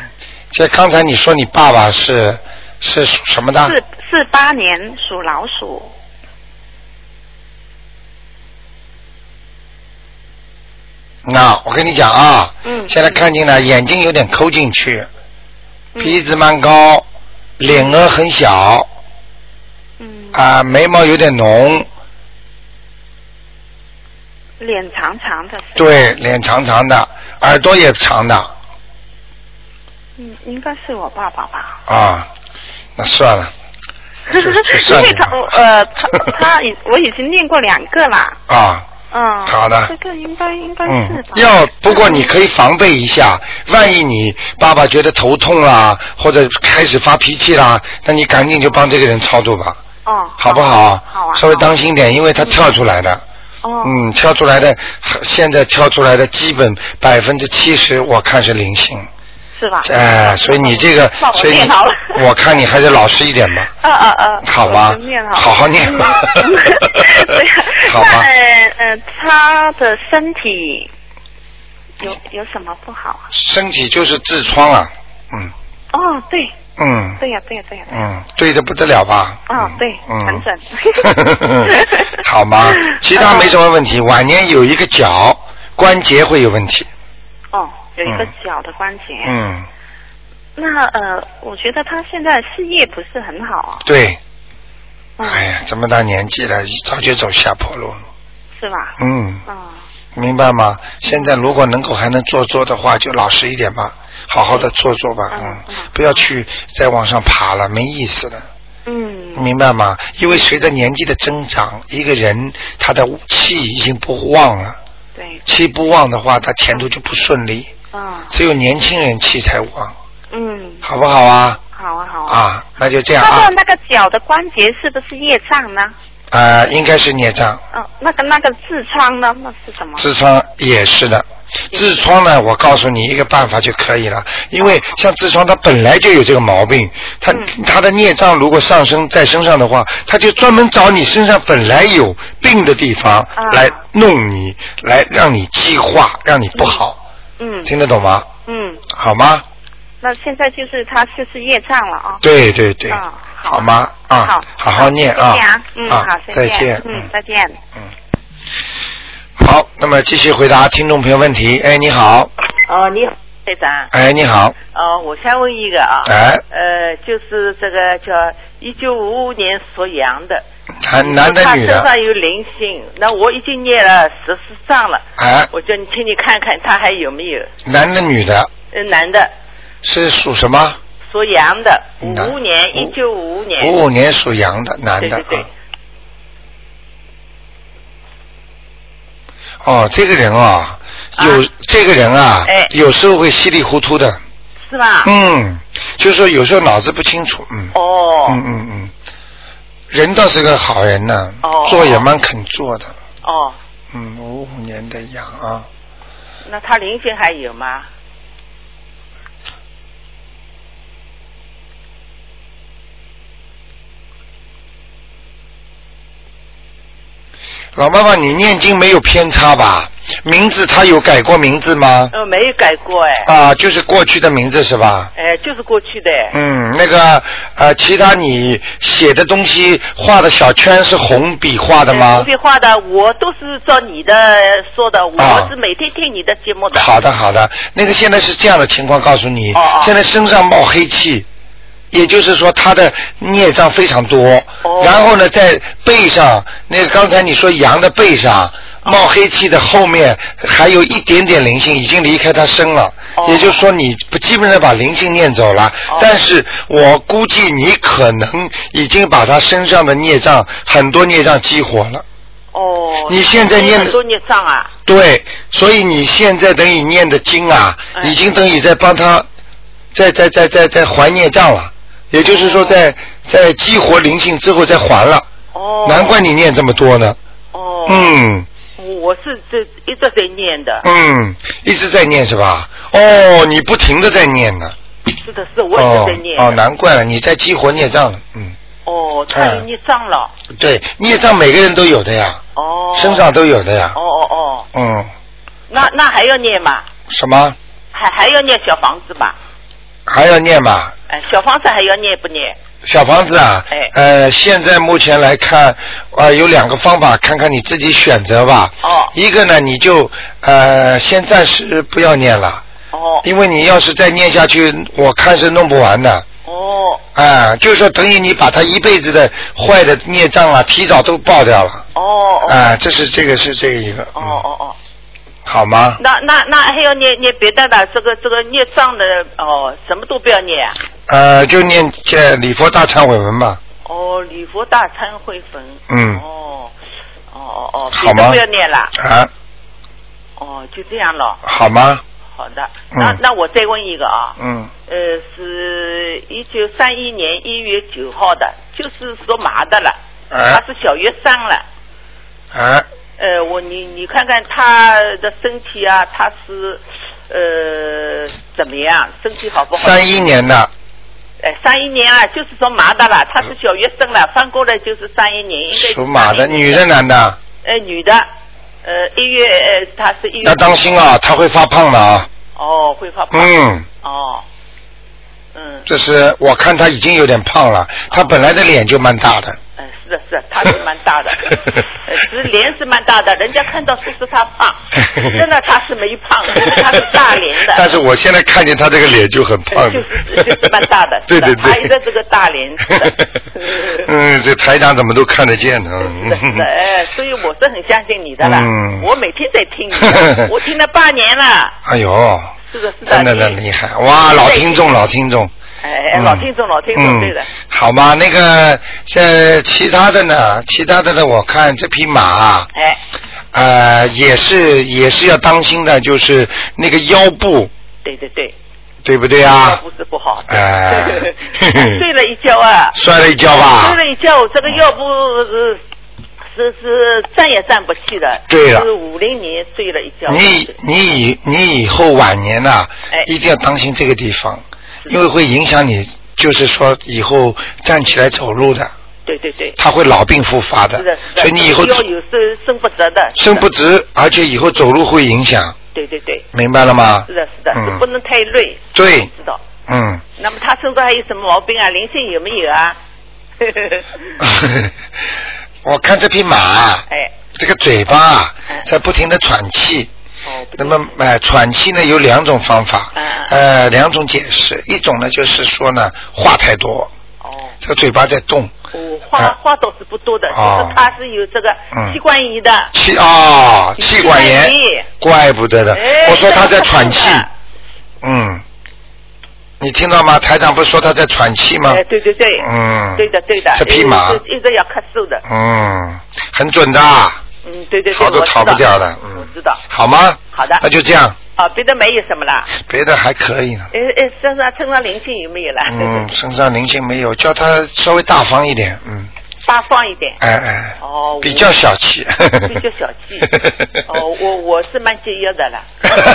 [SPEAKER 1] 这刚才你说你爸爸是是属什么的？
[SPEAKER 5] 是是八年属老鼠，
[SPEAKER 1] 那我跟你讲啊，
[SPEAKER 5] 嗯
[SPEAKER 1] 现在看见了，眼睛有点抠进去，
[SPEAKER 5] 嗯
[SPEAKER 1] 鼻子蛮高，脸额很小，
[SPEAKER 5] 嗯，
[SPEAKER 1] 啊、眉毛有点浓，
[SPEAKER 5] 脸长长的，是吧，
[SPEAKER 1] 对，脸长长的，耳朵也长的，
[SPEAKER 5] 嗯，应该是我爸爸吧。
[SPEAKER 1] 啊，那算了，就
[SPEAKER 5] 因
[SPEAKER 1] 就算
[SPEAKER 5] 为
[SPEAKER 1] 你
[SPEAKER 5] 他
[SPEAKER 1] 吧
[SPEAKER 5] 我呃他他已 我已经念过两个啦，
[SPEAKER 1] 啊，
[SPEAKER 5] 嗯，
[SPEAKER 1] 好的
[SPEAKER 5] 这个应该应该是
[SPEAKER 1] 嗯
[SPEAKER 5] 吧，，
[SPEAKER 1] 要不过你可以防备一下，万一你爸爸觉得头痛啦，或者开始发脾气啦，那你赶紧就帮这个人操作吧，
[SPEAKER 5] 哦，
[SPEAKER 1] 好不好？
[SPEAKER 5] 好啊，
[SPEAKER 1] 稍微当
[SPEAKER 5] 心，
[SPEAKER 1] 心点，因为他跳出来的。
[SPEAKER 5] 哦，
[SPEAKER 1] 嗯，跳出来的，现在跳出来的基本百分之七十，我看是零星。
[SPEAKER 5] 是吧？
[SPEAKER 1] 哎、所以你这 个
[SPEAKER 5] 那，我
[SPEAKER 1] 所以
[SPEAKER 5] 念
[SPEAKER 1] 你
[SPEAKER 5] 好了，
[SPEAKER 1] 我看你还是老实一点吧。
[SPEAKER 5] 呃呃呃，
[SPEAKER 1] 好吧
[SPEAKER 5] 我就念，
[SPEAKER 1] 好
[SPEAKER 5] 好
[SPEAKER 1] 好 念吧
[SPEAKER 5] 嗯对，。啊
[SPEAKER 1] 好
[SPEAKER 5] 那
[SPEAKER 1] 吧，
[SPEAKER 5] 呃呃，他的身体有有什么不好啊？
[SPEAKER 1] 身体就是痔疮啊，嗯
[SPEAKER 5] 哦，对，
[SPEAKER 1] 嗯
[SPEAKER 5] 对呀、对呀、对呀、
[SPEAKER 1] 嗯，对的不得了吧？
[SPEAKER 5] 哦
[SPEAKER 1] 嗯
[SPEAKER 5] 对
[SPEAKER 1] 嗯，
[SPEAKER 5] 很准
[SPEAKER 1] 好吗？其他没什么问题，晚年有一个脚关节会有问题，
[SPEAKER 5] 哦，有一个
[SPEAKER 1] 嗯
[SPEAKER 5] 脚的关节。
[SPEAKER 1] 嗯，
[SPEAKER 5] 那呃，我觉得他现在事业不是很好啊，
[SPEAKER 1] 对，
[SPEAKER 5] 嗯
[SPEAKER 1] 哎呀，这么大年纪了，早就走下坡路了，
[SPEAKER 5] 是吧？
[SPEAKER 1] 嗯。
[SPEAKER 5] 嗯，
[SPEAKER 1] 明白吗？现在如果能够还能做做的话，就老实一点吧，好好的做做吧，
[SPEAKER 5] 嗯
[SPEAKER 1] 嗯
[SPEAKER 5] 嗯，
[SPEAKER 1] 不要去再往上爬了，没意思了，
[SPEAKER 5] 嗯，
[SPEAKER 1] 明白吗？因为随着年纪的增长，一个人他的气已经不旺了，
[SPEAKER 5] 对，
[SPEAKER 1] 气不旺的话，他前途就不顺利。
[SPEAKER 5] 嗯，
[SPEAKER 1] 只有年轻人气才旺，
[SPEAKER 5] 嗯，
[SPEAKER 1] 好不好啊？
[SPEAKER 5] 好啊，好啊。
[SPEAKER 1] 啊，那就这样
[SPEAKER 5] 他
[SPEAKER 1] 啊
[SPEAKER 5] 的，那个脚的关节是不是业障呢？
[SPEAKER 1] 呃，应该是孽障。
[SPEAKER 5] 嗯、那个那个痔疮呢？那是什么？
[SPEAKER 1] 痔疮也是的，痔疮呢，我告诉你一个办法就可以了，因为像痔疮它本来就有这个毛病，它、
[SPEAKER 5] 嗯
[SPEAKER 1] 它的孽障如果上升在身上的话，它就专门找你身上本来有病的地方
[SPEAKER 5] 啊
[SPEAKER 1] 来弄你，来让你激化，让你不好，
[SPEAKER 5] 嗯
[SPEAKER 1] 听得懂吗？
[SPEAKER 5] 嗯，
[SPEAKER 1] 好吗？
[SPEAKER 5] 那现在就是他就是业障了啊。
[SPEAKER 1] 对对对，
[SPEAKER 5] 嗯好
[SPEAKER 1] 好吗？啊，
[SPEAKER 5] 好，
[SPEAKER 1] 好好念啊
[SPEAKER 5] 谢谢啊，嗯，
[SPEAKER 1] 啊
[SPEAKER 5] 好，谢
[SPEAKER 1] 再
[SPEAKER 5] 谢，
[SPEAKER 1] 见，
[SPEAKER 5] 嗯，再见。
[SPEAKER 1] 好，那么继续回答听众朋友问题。哎，你好，
[SPEAKER 6] 哦，你好，队长。
[SPEAKER 1] 哎，你好，
[SPEAKER 6] 哦，我想问一个啊，
[SPEAKER 1] 哎，
[SPEAKER 6] 呃，就是这个叫一九五五年属羊的，
[SPEAKER 1] 男
[SPEAKER 5] 嗯
[SPEAKER 1] 嗯男的
[SPEAKER 6] 他
[SPEAKER 1] 女
[SPEAKER 6] 身
[SPEAKER 1] 的，
[SPEAKER 6] 上有灵性，那我已经念了十四章了，
[SPEAKER 1] 哎，
[SPEAKER 6] 我叫你请你看看他还有没有？
[SPEAKER 1] 男的女的，
[SPEAKER 6] 呃，男的
[SPEAKER 1] 是属什么？
[SPEAKER 6] 属羊的，五
[SPEAKER 1] 嗯男
[SPEAKER 6] 五年，
[SPEAKER 1] 五
[SPEAKER 6] 一九五五年，
[SPEAKER 1] 五五年属羊的，男
[SPEAKER 6] 对
[SPEAKER 1] 的
[SPEAKER 6] 对对
[SPEAKER 1] 啊。哦，这个人啊，有、
[SPEAKER 6] 啊
[SPEAKER 1] 这个人啊，
[SPEAKER 6] 哎
[SPEAKER 1] 有时候会稀里糊涂的，
[SPEAKER 5] 啊
[SPEAKER 6] 是吧？
[SPEAKER 1] 嗯，就是说有时候脑子不清楚，嗯，
[SPEAKER 6] 哦
[SPEAKER 1] 嗯嗯嗯，人倒是个好人呢、
[SPEAKER 6] 哦
[SPEAKER 1] 做也蛮肯做的，
[SPEAKER 6] 哦，
[SPEAKER 1] 嗯，五五年的羊啊，
[SPEAKER 6] 那他灵性还有吗？
[SPEAKER 1] 老妈妈，你念经没有偏差吧？名字他有改过名字吗？
[SPEAKER 6] 呃，没有改过哎，
[SPEAKER 1] 啊，就是过去的名字是吧？
[SPEAKER 6] 哎，就是过去的哎，
[SPEAKER 1] 嗯，那个呃，其他你写的东西画的小圈是红笔画的
[SPEAKER 6] 呃
[SPEAKER 1] 吗
[SPEAKER 6] 图？片画的，我都是照你的说的，
[SPEAKER 1] 啊
[SPEAKER 6] 我是每天听你的节目的。
[SPEAKER 1] 好的，好的。那个现在是这样的情况，告诉你，
[SPEAKER 6] 哦哦
[SPEAKER 1] 现在身上冒黑气，也就是说他的孽障非常多。
[SPEAKER 6] 哦
[SPEAKER 1] 然后呢，在背上，那个刚才你说羊的背
[SPEAKER 6] 啊
[SPEAKER 1] 上冒黑气的后面还有一点点灵性，已经离开他身了。
[SPEAKER 6] 哦
[SPEAKER 1] 也就是说，你基本上把灵性念走了，
[SPEAKER 6] 哦
[SPEAKER 1] 但是我估计你可能已经把他身上的孽障很多孽障激活了。
[SPEAKER 6] 哦，
[SPEAKER 1] 你现在念的
[SPEAKER 6] 很多孽障啊，
[SPEAKER 1] 对，所以你现在等于念的经啊，
[SPEAKER 6] 哎
[SPEAKER 1] 已经等于在帮他，在在在在在还孽障了，也就是说在在激活灵性之后再还了，
[SPEAKER 6] 哦，
[SPEAKER 1] 难怪你念这么多呢。
[SPEAKER 6] 哦，，
[SPEAKER 1] 嗯
[SPEAKER 6] 我是这一直在念的，
[SPEAKER 1] 嗯，一直在念是吧？哦，你不停的在念呢。
[SPEAKER 6] 是的，是的我一直
[SPEAKER 1] 哦
[SPEAKER 6] 在念
[SPEAKER 1] 哦，
[SPEAKER 6] 的。
[SPEAKER 1] 难嗯怪了，你在激活孽障了。嗯，
[SPEAKER 6] 哦，他有孽障了，
[SPEAKER 1] 对，孽障每个人都有的呀，
[SPEAKER 6] 哦，
[SPEAKER 1] 身上都有的呀
[SPEAKER 6] 哦。哦哦，
[SPEAKER 1] 嗯，
[SPEAKER 6] 那那还要念吗？
[SPEAKER 1] 什么
[SPEAKER 6] 还还要念小房子吧？
[SPEAKER 1] 还要念嘛？
[SPEAKER 6] 哎，小房子还要念不念？
[SPEAKER 1] 小房子啊，
[SPEAKER 6] 哎
[SPEAKER 1] 呃，现在目前来看，呃，有两个方法，看看你自己选择吧。
[SPEAKER 6] 哦
[SPEAKER 1] 一个呢，你就呃，先暂时不要念了，
[SPEAKER 6] 哦
[SPEAKER 1] 因为你要是再念下去，我看是弄不完的。
[SPEAKER 6] 哦
[SPEAKER 1] 啊、就是说等于你把他一辈子的坏的孽障啊，提早都爆掉了。
[SPEAKER 6] 哦哦
[SPEAKER 1] 啊、这是这个是这个一个。
[SPEAKER 6] 哦
[SPEAKER 1] 嗯，
[SPEAKER 6] 哦哦，
[SPEAKER 1] 好吗？
[SPEAKER 6] 那那那还要念念别的的，这个这个孽障的哦，什么都不要念啊。
[SPEAKER 1] 呃，就念这礼佛大忏悔文吧。
[SPEAKER 6] 哦，礼佛大忏悔文。
[SPEAKER 1] 嗯
[SPEAKER 6] 哦哦哦哦，
[SPEAKER 1] 好
[SPEAKER 6] 别
[SPEAKER 1] 吗
[SPEAKER 6] 的不要念了。
[SPEAKER 1] 啊，
[SPEAKER 6] 哦，就这样了。
[SPEAKER 1] 好吗？
[SPEAKER 6] 好的，那、
[SPEAKER 1] 嗯
[SPEAKER 6] 那我再问一个啊，
[SPEAKER 1] 嗯，
[SPEAKER 6] 呃，是一九三一年一月九号的，就是属马的了，
[SPEAKER 1] 哎
[SPEAKER 6] 他是小月三了。
[SPEAKER 1] 啊，
[SPEAKER 6] 呃，我你你看看他的身体啊，他是呃怎么样？身体好不好？
[SPEAKER 1] 三一年的。
[SPEAKER 6] 哎，三一年啊，就是说马的了，他是小月生了，翻过来就是三一年，应该是
[SPEAKER 1] 属马的，
[SPEAKER 6] 31年
[SPEAKER 1] 女的男的，
[SPEAKER 6] 哎，女的，呃，一月，呃，她是一月
[SPEAKER 1] 要，当心啊，她会发胖的啊。
[SPEAKER 6] 哦，会发胖，
[SPEAKER 1] 嗯，
[SPEAKER 6] 哦，嗯，
[SPEAKER 1] 这是我看她已经有点胖了，她本来的脸就蛮大的。，
[SPEAKER 6] 哎，是的，是的，她是蛮大的，呃，是脸是蛮大的，人家看到说是她胖，真的她是没胖，她是大脸 的
[SPEAKER 1] 但是我现在看见她这个脸就很胖的，，
[SPEAKER 6] 呃就是就是蛮大的
[SPEAKER 1] 对对
[SPEAKER 6] 是的她
[SPEAKER 1] 对。
[SPEAKER 6] 有的这个大脸， 是的
[SPEAKER 1] 嗯，这台长怎么都看得见呢？
[SPEAKER 6] 是的，是的，哎，所以我是很相信你的啦，
[SPEAKER 1] 嗯
[SPEAKER 6] 我每天在听你 的，我听了八年了，
[SPEAKER 1] 哎呦，
[SPEAKER 6] 是的，是的，
[SPEAKER 1] 真的
[SPEAKER 6] 你
[SPEAKER 1] 真厉害哇！老听众，老听众。
[SPEAKER 6] 哎哎，老听众，老听众，
[SPEAKER 1] 嗯
[SPEAKER 6] 对的，
[SPEAKER 1] 好吧，那个这其他的呢？其他的呢？我看这匹马、啊，
[SPEAKER 6] 哎，
[SPEAKER 1] 呃，也是也是要当心的，就是那个腰部，
[SPEAKER 6] 对对对。
[SPEAKER 1] 对不对
[SPEAKER 6] 啊，
[SPEAKER 1] 啊？
[SPEAKER 6] 不是不好。
[SPEAKER 1] 哎
[SPEAKER 6] 睡了一觉啊，
[SPEAKER 1] 摔了一跤吧
[SPEAKER 6] 睡？了一觉，这个腰部是是是站也站不起的。
[SPEAKER 1] 对了
[SPEAKER 6] 是五零年睡了一觉。
[SPEAKER 1] 你你以你以后晚年呐、
[SPEAKER 6] 哎
[SPEAKER 1] 一定要当心这个地方，因为会影响你，就是说以后站起来走路的，
[SPEAKER 6] 对对对，
[SPEAKER 1] 他会老病复发的
[SPEAKER 6] 是的，是的。
[SPEAKER 1] 所以你以后
[SPEAKER 6] 腰有时伸不直的。
[SPEAKER 1] 伸不
[SPEAKER 6] 是的。
[SPEAKER 1] 直，而且以后走路会影响，
[SPEAKER 6] 对对对，
[SPEAKER 1] 明白了吗？
[SPEAKER 6] 是的，是的，
[SPEAKER 1] 嗯
[SPEAKER 6] 是不能太累，
[SPEAKER 1] 对，
[SPEAKER 6] 知道。
[SPEAKER 1] 嗯。
[SPEAKER 6] 那么他身上还有什么毛病啊？灵性有没有啊？
[SPEAKER 1] 我看这匹马啊，
[SPEAKER 6] 哎，
[SPEAKER 1] 这个嘴巴啊
[SPEAKER 6] 哎
[SPEAKER 1] 在不停的喘气，
[SPEAKER 6] 哦，不
[SPEAKER 1] 那么呃喘气呢有两种方法
[SPEAKER 6] 嗯嗯，
[SPEAKER 1] 呃两种解释，一种呢就是说呢话太多，
[SPEAKER 6] 哦。
[SPEAKER 1] 这个嘴巴在动，
[SPEAKER 6] 我话
[SPEAKER 1] 啊
[SPEAKER 6] 话倒是不多的，就
[SPEAKER 1] 哦
[SPEAKER 6] 是他是有这个
[SPEAKER 1] 嗯
[SPEAKER 6] 器官炎的，
[SPEAKER 1] 气啊气管炎
[SPEAKER 6] 气管炎，
[SPEAKER 1] 怪不得的
[SPEAKER 6] 哎，
[SPEAKER 1] 我说他在喘气
[SPEAKER 6] 这个是的，
[SPEAKER 1] 嗯，你听到吗？台长不是说他在喘气吗
[SPEAKER 6] 哎，？对对对，
[SPEAKER 1] 嗯
[SPEAKER 6] 对的对的，
[SPEAKER 1] 这匹马
[SPEAKER 6] 一直一直要咳嗽的，
[SPEAKER 1] 嗯，很准的，
[SPEAKER 6] 嗯，对对对，
[SPEAKER 1] 逃都
[SPEAKER 6] 我知道
[SPEAKER 1] 逃不掉的，
[SPEAKER 6] 我
[SPEAKER 1] 嗯
[SPEAKER 6] 知道，
[SPEAKER 1] 好吗？
[SPEAKER 6] 好的
[SPEAKER 1] 那就这样，
[SPEAKER 6] 啊，别的没有什么啦，
[SPEAKER 1] 别的还可以呢。
[SPEAKER 6] 哎哎，身上身上灵性有没有啦？
[SPEAKER 1] 嗯，身上灵性没有，叫他稍微大方一点，嗯，
[SPEAKER 6] 大方一点。
[SPEAKER 1] 哎哎，
[SPEAKER 6] 哦，
[SPEAKER 1] 比较小气。
[SPEAKER 6] 我 比较小气。哦，我我是蛮节约 的啦，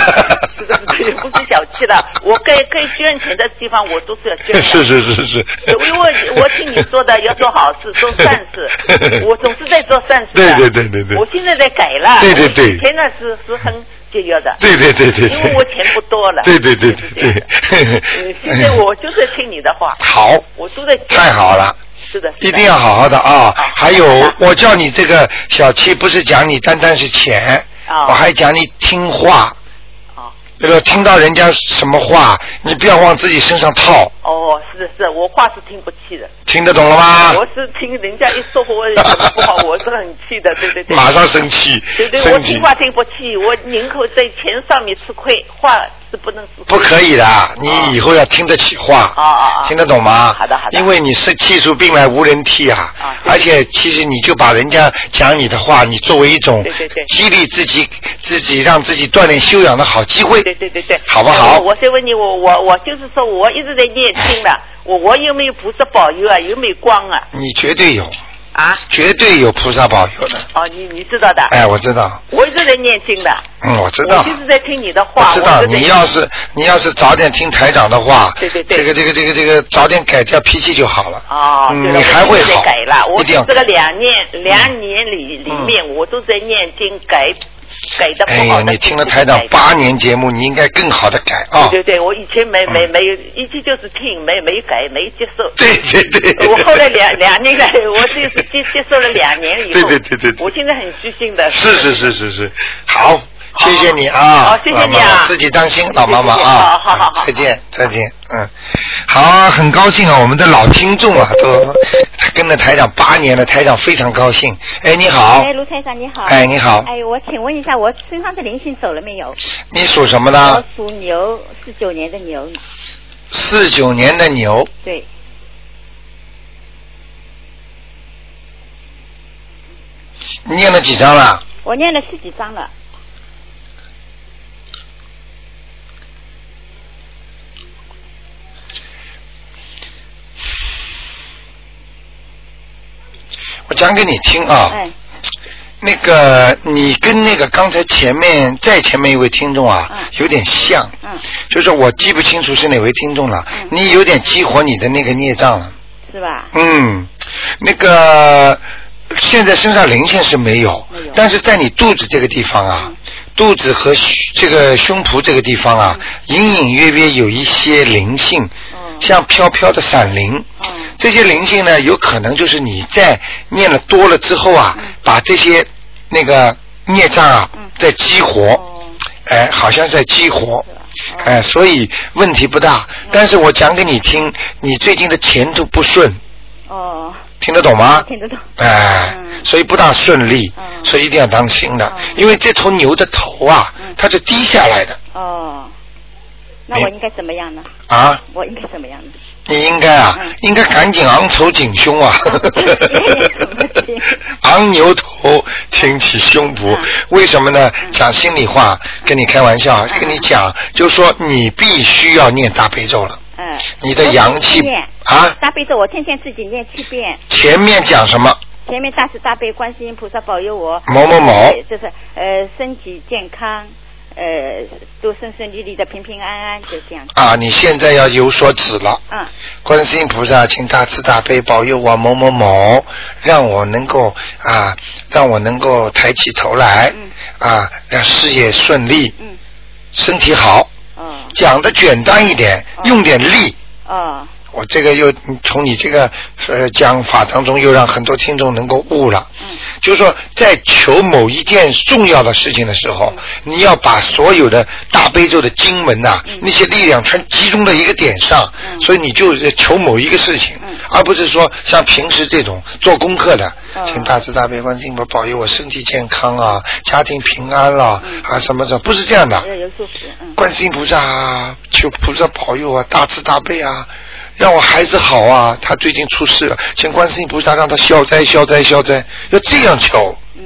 [SPEAKER 6] 是不是？不是小气了，我该该捐钱的地方我都是要捐的。
[SPEAKER 1] 是是是是。
[SPEAKER 6] 因为我听你说的要做好事，做善 事，我总是在做善事
[SPEAKER 1] 对
[SPEAKER 6] 的。
[SPEAKER 1] 对对对对
[SPEAKER 6] 我现在在改了。
[SPEAKER 1] 对对对
[SPEAKER 6] 以前呢是是很节约的。
[SPEAKER 1] 对对对对对
[SPEAKER 6] 因为我钱不多了。
[SPEAKER 1] 对对对
[SPEAKER 6] 是
[SPEAKER 1] 对
[SPEAKER 6] 这 样的呃
[SPEAKER 1] 对。
[SPEAKER 6] 现在我就是听你的话，
[SPEAKER 1] 好，
[SPEAKER 6] 我都在。
[SPEAKER 1] 太好了。
[SPEAKER 6] 是的。是的
[SPEAKER 1] 一定要。好好的啊！还有，我叫你这个小气，不是讲你单单是钱，
[SPEAKER 6] 啊
[SPEAKER 1] 我还讲你听话。
[SPEAKER 6] 啊
[SPEAKER 1] 这个听到人家什么话，你不要往自己身上套，
[SPEAKER 6] 哦，是的，是的，我话是听不气的。
[SPEAKER 1] 听得懂了吗？
[SPEAKER 6] 我是听人家一说我什么不好，我是很气的，对对对。
[SPEAKER 1] 马上生气，
[SPEAKER 6] 对对，我
[SPEAKER 1] 生气
[SPEAKER 6] 听话听不气，我宁可在钱上面吃亏，话是不能吃
[SPEAKER 1] 不
[SPEAKER 6] 亏。
[SPEAKER 1] 可以的，你以后要听得起话，
[SPEAKER 6] 啊啊啊
[SPEAKER 1] 听得懂吗？
[SPEAKER 6] 好的好的
[SPEAKER 1] 因为你是气出病来无人替啊，
[SPEAKER 6] 啊对
[SPEAKER 1] 而且其实你就把人家讲你的话，你作为一种
[SPEAKER 6] 对对对
[SPEAKER 1] 激励自己、自己让自己锻炼修养的好机会，
[SPEAKER 6] 对对对对，
[SPEAKER 1] 好不好
[SPEAKER 6] 我我再问你，我我我就是说，我一直在念经了，我我有没有菩萨保佑啊？有没有光啊？
[SPEAKER 1] 你绝对有，
[SPEAKER 6] 啊？
[SPEAKER 1] 绝对有菩萨保佑的。
[SPEAKER 6] 哦，你你知道的，
[SPEAKER 1] 哎，我知道，
[SPEAKER 6] 我一直在念经的，
[SPEAKER 1] 嗯，我知
[SPEAKER 6] 我
[SPEAKER 1] 道。
[SPEAKER 6] 就是在听你的
[SPEAKER 1] 我
[SPEAKER 6] 话，
[SPEAKER 1] 知道，
[SPEAKER 6] 我就在
[SPEAKER 1] 你要是你要是早点听台长的话，
[SPEAKER 6] 对对对
[SPEAKER 1] 这个这个这个这个早点改掉脾气就好了。
[SPEAKER 6] 哦，
[SPEAKER 1] 嗯
[SPEAKER 6] 对了
[SPEAKER 1] 你还
[SPEAKER 6] 我
[SPEAKER 1] 会
[SPEAKER 6] 一直在
[SPEAKER 1] 好
[SPEAKER 6] 改了。我
[SPEAKER 1] 一定要嗯
[SPEAKER 6] 这个两年两年里里面，我都在念经改改的
[SPEAKER 1] 哎
[SPEAKER 6] 不好
[SPEAKER 1] 呀，
[SPEAKER 6] 的。
[SPEAKER 1] 你听了台长八。年节目，你应该更好的改啊、
[SPEAKER 6] 对对对，我以前没没
[SPEAKER 1] 嗯
[SPEAKER 6] 没有，一直就是听，没没改，没接受。
[SPEAKER 1] 对对对。
[SPEAKER 6] 我后来两两年来，我就是接接受了两年以后。
[SPEAKER 1] 对对对对对
[SPEAKER 6] 我现在很虚心 的。
[SPEAKER 1] 是是是是是，好，
[SPEAKER 6] 好
[SPEAKER 1] 谢谢你啊，
[SPEAKER 6] 好谢谢你啊
[SPEAKER 1] 老妈妈自己当心，老妈妈
[SPEAKER 6] 谢谢
[SPEAKER 1] 啊，
[SPEAKER 6] 好好好好
[SPEAKER 1] 再见再见，嗯，好，很高兴啊，我们的老听众啊，都跟了台长八年了，台长非常高兴。哎，你好
[SPEAKER 7] 哎，，卢台长你好。
[SPEAKER 1] 哎你好
[SPEAKER 7] 哎，我请问一下，我身上的灵性走了没有？
[SPEAKER 1] 你属什么呢
[SPEAKER 7] 我？属牛，四九年的牛，
[SPEAKER 1] 四九年的牛，
[SPEAKER 7] 对，
[SPEAKER 1] 你念了几张了？
[SPEAKER 7] 我念了十几张了。
[SPEAKER 1] 我讲给你听啊，
[SPEAKER 7] 哎，
[SPEAKER 1] 那个你跟那个刚才前面再前面一位听众啊，
[SPEAKER 7] 嗯
[SPEAKER 1] 有点像，
[SPEAKER 7] 嗯，
[SPEAKER 1] 就是我记不清楚是哪位听众了，
[SPEAKER 7] 嗯
[SPEAKER 1] 你有点激活你的那个孽障了。
[SPEAKER 7] 是吧？
[SPEAKER 1] 嗯，那个现在身上灵性是没有，
[SPEAKER 7] 没有嗯
[SPEAKER 1] 但是在你肚子这个地方啊，肚子和胸这个胸脯这个地方啊，
[SPEAKER 7] 嗯
[SPEAKER 1] 隐隐约约有一些灵性，
[SPEAKER 7] 哦
[SPEAKER 1] 像飘飘的闪灵。
[SPEAKER 7] 哦
[SPEAKER 1] 这些灵性呢，有可能就是你在念了多了之后啊，把这些那个孽障啊，
[SPEAKER 7] 嗯
[SPEAKER 1] 在激活。
[SPEAKER 7] 哦，
[SPEAKER 1] 哎，好像在激活
[SPEAKER 7] 是吧，嗯哦
[SPEAKER 1] 哎，所以问题不大。但是我讲给你听，你最近的前途不顺，
[SPEAKER 7] 哦，
[SPEAKER 1] 听得懂吗？
[SPEAKER 7] 听得懂。
[SPEAKER 1] 哎，
[SPEAKER 7] 嗯
[SPEAKER 1] 所以不大顺利，
[SPEAKER 7] 嗯
[SPEAKER 1] 所以一定要当心的
[SPEAKER 7] 哦，
[SPEAKER 1] 因为这头牛的头啊
[SPEAKER 7] 嗯，
[SPEAKER 1] 它是低下来的
[SPEAKER 7] 哦，那
[SPEAKER 1] 没
[SPEAKER 7] 我应该怎么样呢？
[SPEAKER 1] 啊。
[SPEAKER 7] 我应该怎么样呢？
[SPEAKER 1] 你应该啊
[SPEAKER 7] 嗯，，
[SPEAKER 1] 应该赶紧昂头挺胸啊昂牛头，挺起胸脯
[SPEAKER 7] 嗯。
[SPEAKER 1] 为什么呢？讲心里话，跟你开玩笑，跟你讲，就是说你必须要念大悲咒了。
[SPEAKER 7] 嗯，
[SPEAKER 1] 你的阳气
[SPEAKER 7] 我天天念
[SPEAKER 1] 啊，
[SPEAKER 7] 大悲咒我天天自己念七遍，
[SPEAKER 1] 前面讲什么？
[SPEAKER 7] 前面大慈大悲观世音菩萨保佑我。
[SPEAKER 1] 某某某
[SPEAKER 7] 对就是呃身体健康，呃都顺顺利利的，平平安安，就这样。
[SPEAKER 1] 啊，你现在要有所指了。
[SPEAKER 7] 嗯，
[SPEAKER 1] 观世音菩萨，请大慈大悲保佑我某某某，让我能够啊，让我能够抬起头来，
[SPEAKER 7] 嗯
[SPEAKER 1] 啊，让事业顺利，
[SPEAKER 7] 嗯，
[SPEAKER 1] 身体好。
[SPEAKER 7] 哦
[SPEAKER 1] 讲的简单一点，
[SPEAKER 7] 哦
[SPEAKER 1] 用点力。
[SPEAKER 7] 哦
[SPEAKER 1] 我这个又从你这个呃讲法当中，又让很多听众能够悟了。
[SPEAKER 7] 嗯
[SPEAKER 1] 就是说，在求某一件重要的事情的时候，你要把所有的大悲咒的经文呐、
[SPEAKER 7] 嗯
[SPEAKER 1] 那些力量全集中在一个点上，
[SPEAKER 7] 嗯
[SPEAKER 1] 所以你就是呃求某一个事情，
[SPEAKER 7] 嗯
[SPEAKER 1] 而不是说像平时这种做功课的，
[SPEAKER 7] 哦
[SPEAKER 1] 请大慈大悲观世音菩萨保佑我身体健康啊，家庭平安啦、啊，
[SPEAKER 7] 嗯
[SPEAKER 1] 什么的，不是这样的。
[SPEAKER 7] 要有祝福，嗯
[SPEAKER 1] 观世音菩萨啊，求菩萨保佑啊，大慈大悲啊，让我孩子好啊，他最近出事了，请观世音菩萨让他消灾消灾消灾，要这样求，
[SPEAKER 7] 嗯，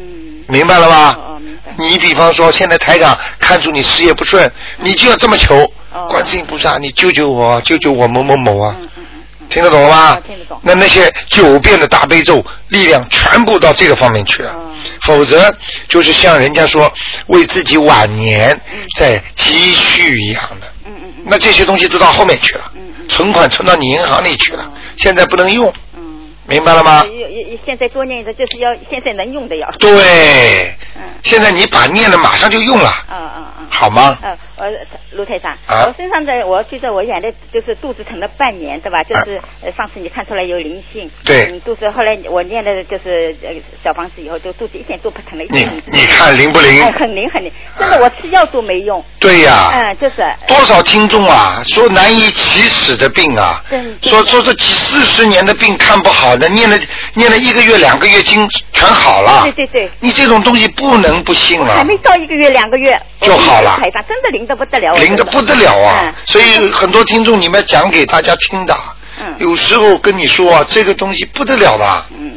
[SPEAKER 1] 明白了吧？
[SPEAKER 7] 哦哦明白
[SPEAKER 1] 你比方说，现在台长看出你事业不顺，你就要这么求，
[SPEAKER 7] 哦
[SPEAKER 1] 观世音菩萨，你救救我，救救我某某某啊，
[SPEAKER 7] 嗯嗯嗯嗯，
[SPEAKER 1] 听得懂了吗
[SPEAKER 4] 哦？听得懂
[SPEAKER 1] 啊那那些九遍的大悲咒力量全部到这个方面去了，
[SPEAKER 4] 嗯
[SPEAKER 1] 否则就是像人家说为自己晚年在积蓄一样的。
[SPEAKER 4] 嗯嗯嗯
[SPEAKER 1] 那这些东西都到后面去了，
[SPEAKER 4] 嗯嗯
[SPEAKER 1] 存款存到你银行里去了，现在不能用，
[SPEAKER 4] 嗯。
[SPEAKER 1] 明白了吗？
[SPEAKER 4] 有有有现在多念一个，就是要现在能用的要。
[SPEAKER 1] 对，
[SPEAKER 4] 嗯。
[SPEAKER 1] 现在你把念了，马上就用了，
[SPEAKER 4] 嗯嗯嗯。
[SPEAKER 1] 好吗？
[SPEAKER 4] 呃，我卢台长，
[SPEAKER 1] 啊
[SPEAKER 4] 我身上的我觉得我原来就是肚子疼了半年，对吧？就是、呃、上次你看出来有灵性，
[SPEAKER 1] 啊对
[SPEAKER 4] 嗯，肚子后来我念了就是呃小房子以后，就肚子一点都不疼了，一
[SPEAKER 1] 你
[SPEAKER 4] 点都不疼
[SPEAKER 1] 你看灵不灵？啊
[SPEAKER 4] 哎，很灵很灵，真的我吃药都没用，
[SPEAKER 1] 对呀、
[SPEAKER 4] 嗯，就是
[SPEAKER 1] 多少听众啊，说难以启齿的病啊
[SPEAKER 4] 对，对
[SPEAKER 1] 说说这几四十年的病看不好的，念了念了一个月两个月经全好了
[SPEAKER 4] 对。对对，
[SPEAKER 1] 你这种东西不能不信
[SPEAKER 4] 我还
[SPEAKER 1] 啊，
[SPEAKER 4] 没到一个月两个月
[SPEAKER 1] 就好了
[SPEAKER 4] 我台长真的灵的不得了，我
[SPEAKER 1] 灵的
[SPEAKER 4] 真
[SPEAKER 1] 不得了啊
[SPEAKER 4] 嗯！
[SPEAKER 1] 所以很多听众你们讲给大家听的，
[SPEAKER 4] 嗯
[SPEAKER 1] 有时候跟你说啊，这个东西不得了的。啊
[SPEAKER 4] 嗯。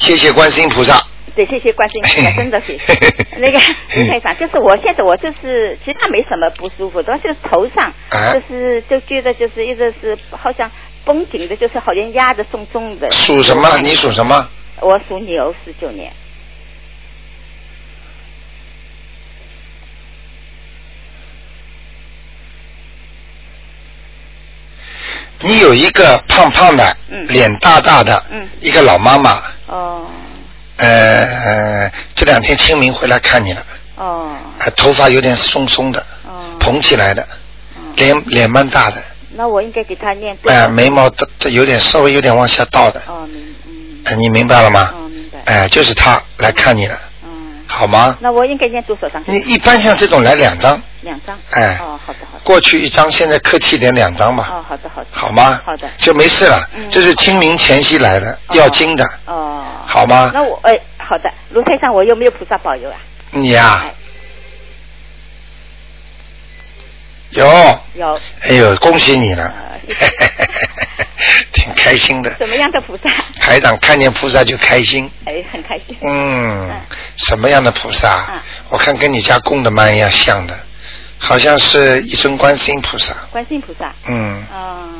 [SPEAKER 1] 谢谢观世音菩萨。
[SPEAKER 4] 对，谢谢关心，菩萨，
[SPEAKER 1] 哎
[SPEAKER 4] 真的谢谢。那个
[SPEAKER 1] 嗯
[SPEAKER 4] 卢台长，就是我现在我就是其他没什么不舒服，主要就是头上
[SPEAKER 1] 哎，
[SPEAKER 4] 就是就觉得就是一直是好像绷紧的，就是好像压的重重的。
[SPEAKER 1] 属什么？
[SPEAKER 4] 嗯
[SPEAKER 1] 你属什么？
[SPEAKER 4] 我属牛，十九年。
[SPEAKER 1] 你有一个胖胖的，
[SPEAKER 4] 嗯
[SPEAKER 1] 脸大大的，
[SPEAKER 4] 嗯
[SPEAKER 1] 一个老妈妈，
[SPEAKER 4] 哦
[SPEAKER 1] 呃呃，这两天清明回来看你了，
[SPEAKER 4] 哦
[SPEAKER 1] 呃、头发有点松松的，
[SPEAKER 4] 哦。
[SPEAKER 1] 蓬起来的，
[SPEAKER 4] 嗯
[SPEAKER 1] 脸脸蛮大的，
[SPEAKER 4] 那我应该给他念多
[SPEAKER 1] 哎、
[SPEAKER 4] 少？
[SPEAKER 1] 眉毛这这有点稍微有点往下倒的，
[SPEAKER 4] 哦，明嗯
[SPEAKER 1] 呃你明白了吗？
[SPEAKER 4] 哦明白。
[SPEAKER 1] 哎、就是他来看你了，
[SPEAKER 4] 嗯，
[SPEAKER 1] 好吗？
[SPEAKER 4] 那我应该念多少张？
[SPEAKER 1] 你一般像这种来两张，
[SPEAKER 4] 两张。
[SPEAKER 1] 哎
[SPEAKER 4] 哦，好的好的。
[SPEAKER 1] 过去一张，现在客气点两张吧，
[SPEAKER 4] 哦，好的好的。
[SPEAKER 1] 好吗？
[SPEAKER 4] 好的。
[SPEAKER 1] 就没事了。
[SPEAKER 4] 嗯
[SPEAKER 1] 这是清明前夕来的，要经的，
[SPEAKER 4] 哦。
[SPEAKER 1] 好吗？
[SPEAKER 4] 那我哎，好的，卢台上我有没有菩萨保佑啊？
[SPEAKER 1] 你呀、
[SPEAKER 4] 哎
[SPEAKER 1] 有，
[SPEAKER 4] 有
[SPEAKER 1] 哎呦，恭喜你了
[SPEAKER 4] 啊谢谢，
[SPEAKER 1] 挺开心的。
[SPEAKER 4] 什么样的菩萨？
[SPEAKER 1] 台长看见菩萨就开心，
[SPEAKER 4] 哎，很开 心。
[SPEAKER 1] 嗯
[SPEAKER 4] 嗯，
[SPEAKER 1] 什么样的菩萨？
[SPEAKER 4] 嗯
[SPEAKER 1] 我看跟你家供的蛮样像的，好像是一尊观世音菩萨，
[SPEAKER 4] 观世音菩萨，
[SPEAKER 1] 嗯
[SPEAKER 4] 嗯，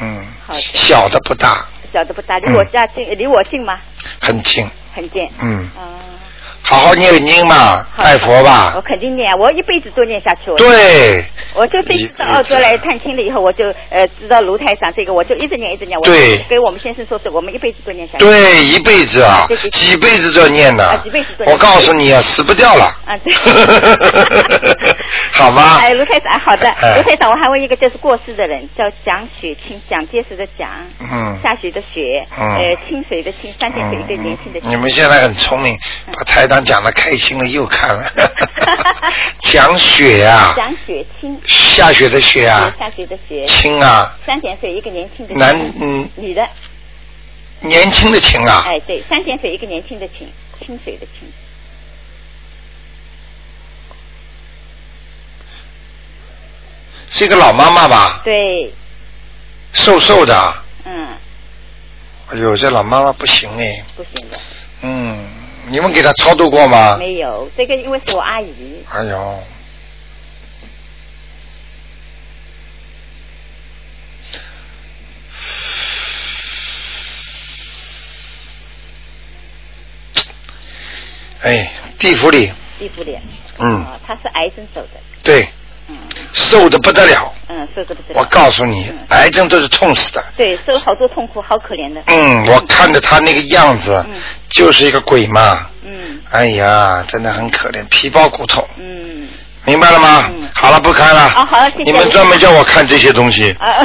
[SPEAKER 1] 嗯
[SPEAKER 4] 好的，
[SPEAKER 1] 小的不大，
[SPEAKER 4] 小的不大，离
[SPEAKER 1] 嗯
[SPEAKER 4] 我家近，离我近吗？
[SPEAKER 1] 很近，
[SPEAKER 4] 很近。
[SPEAKER 1] 嗯，
[SPEAKER 4] 嗯，
[SPEAKER 1] 好好念经嘛，
[SPEAKER 4] 好
[SPEAKER 1] 拜佛吧
[SPEAKER 4] 我，肯定念，啊我一辈子都念下去。我，
[SPEAKER 1] 啊对，
[SPEAKER 4] 我就这次到澳洲来探亲了以后，我就呃知道卢台长这个，我就一直念一直念。我
[SPEAKER 1] 对
[SPEAKER 4] 就给我们先生说是我们一辈子都念下去。
[SPEAKER 1] 对，一辈子啊
[SPEAKER 4] 啊对对，对
[SPEAKER 1] 几辈子都要念
[SPEAKER 4] 啊
[SPEAKER 1] 的
[SPEAKER 4] 几辈子。都要念
[SPEAKER 1] 我告诉你啊，死不掉了。。
[SPEAKER 4] 啊，对
[SPEAKER 1] 好吧。
[SPEAKER 4] 哎，卢台长，好的，
[SPEAKER 1] 哎
[SPEAKER 4] 卢台长，我还问一个，就是过世的人，叫蒋雪清，蒋介石的蒋，
[SPEAKER 1] 嗯
[SPEAKER 4] 下雪的雪，
[SPEAKER 1] 嗯
[SPEAKER 4] 呃，清水的清，三点水一个年轻的
[SPEAKER 1] 你
[SPEAKER 4] 清。
[SPEAKER 1] 们现在很聪明，把台长讲的开心了，又看 了。讲雪啊，
[SPEAKER 4] 蒋雪清，
[SPEAKER 1] 下雪的雪啊，
[SPEAKER 4] 下雪的雪，
[SPEAKER 1] 青啊，
[SPEAKER 4] 三点水一个年轻的清
[SPEAKER 1] 男嗯
[SPEAKER 4] 女的，
[SPEAKER 1] 年轻的青啊，
[SPEAKER 4] 哎，对，三点水一个年轻的清，清水的清，
[SPEAKER 1] 是一个老妈妈吧，
[SPEAKER 4] 对，
[SPEAKER 1] 瘦瘦的。啊
[SPEAKER 4] 嗯，
[SPEAKER 1] 哎呦，这老妈妈不行哎，
[SPEAKER 4] 不行的，
[SPEAKER 1] 嗯，你们给她超度过吗？
[SPEAKER 4] 没有，这个因为是我阿姨，
[SPEAKER 1] 哎呦，哎，地府里，
[SPEAKER 4] 地府脸，
[SPEAKER 1] 嗯
[SPEAKER 6] 啊
[SPEAKER 4] 哦她是癌症走的，
[SPEAKER 1] 对，
[SPEAKER 4] 嗯
[SPEAKER 1] 瘦的不得了。
[SPEAKER 4] 嗯，受的不得了
[SPEAKER 1] 我告诉你，癌症都是痛死的。
[SPEAKER 4] 对，受好多痛苦，好可怜的。
[SPEAKER 1] 嗯，我看着他那个样子
[SPEAKER 4] 嗯，
[SPEAKER 1] 就是一个鬼嘛。
[SPEAKER 4] 嗯
[SPEAKER 1] 哎呀，真的很可怜，皮包骨头，
[SPEAKER 4] 嗯，
[SPEAKER 1] 明白了吗
[SPEAKER 4] 嗯？
[SPEAKER 1] 好了，不看了。
[SPEAKER 4] 哦好谢谢
[SPEAKER 1] 你们专门叫我看这些东西。
[SPEAKER 4] 啊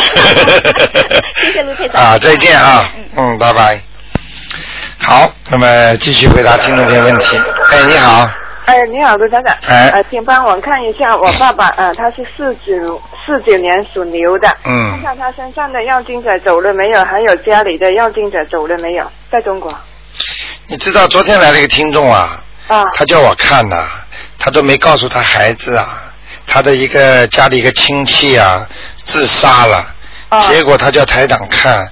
[SPEAKER 4] 谢谢卢台长
[SPEAKER 1] 啊，再见啊
[SPEAKER 4] 嗯。
[SPEAKER 1] 嗯，拜拜。好，那么继续回答听众朋友问题。哎，你好，
[SPEAKER 8] 哎，你好，卢台长。
[SPEAKER 1] 哎
[SPEAKER 8] 呃，请帮我看一下我爸爸，呃，他是四九四九年属牛的。
[SPEAKER 1] 嗯
[SPEAKER 8] 看看他身上的药精者走了没有，还有家里的药精者走了没有，在中国。
[SPEAKER 1] 你知道昨天来了一个听众啊，
[SPEAKER 8] 啊。
[SPEAKER 1] 他叫我看呐、他都没告诉他孩子啊，他的一个家里一个亲戚啊自杀了，
[SPEAKER 8] 哦
[SPEAKER 1] 结果他叫台长看，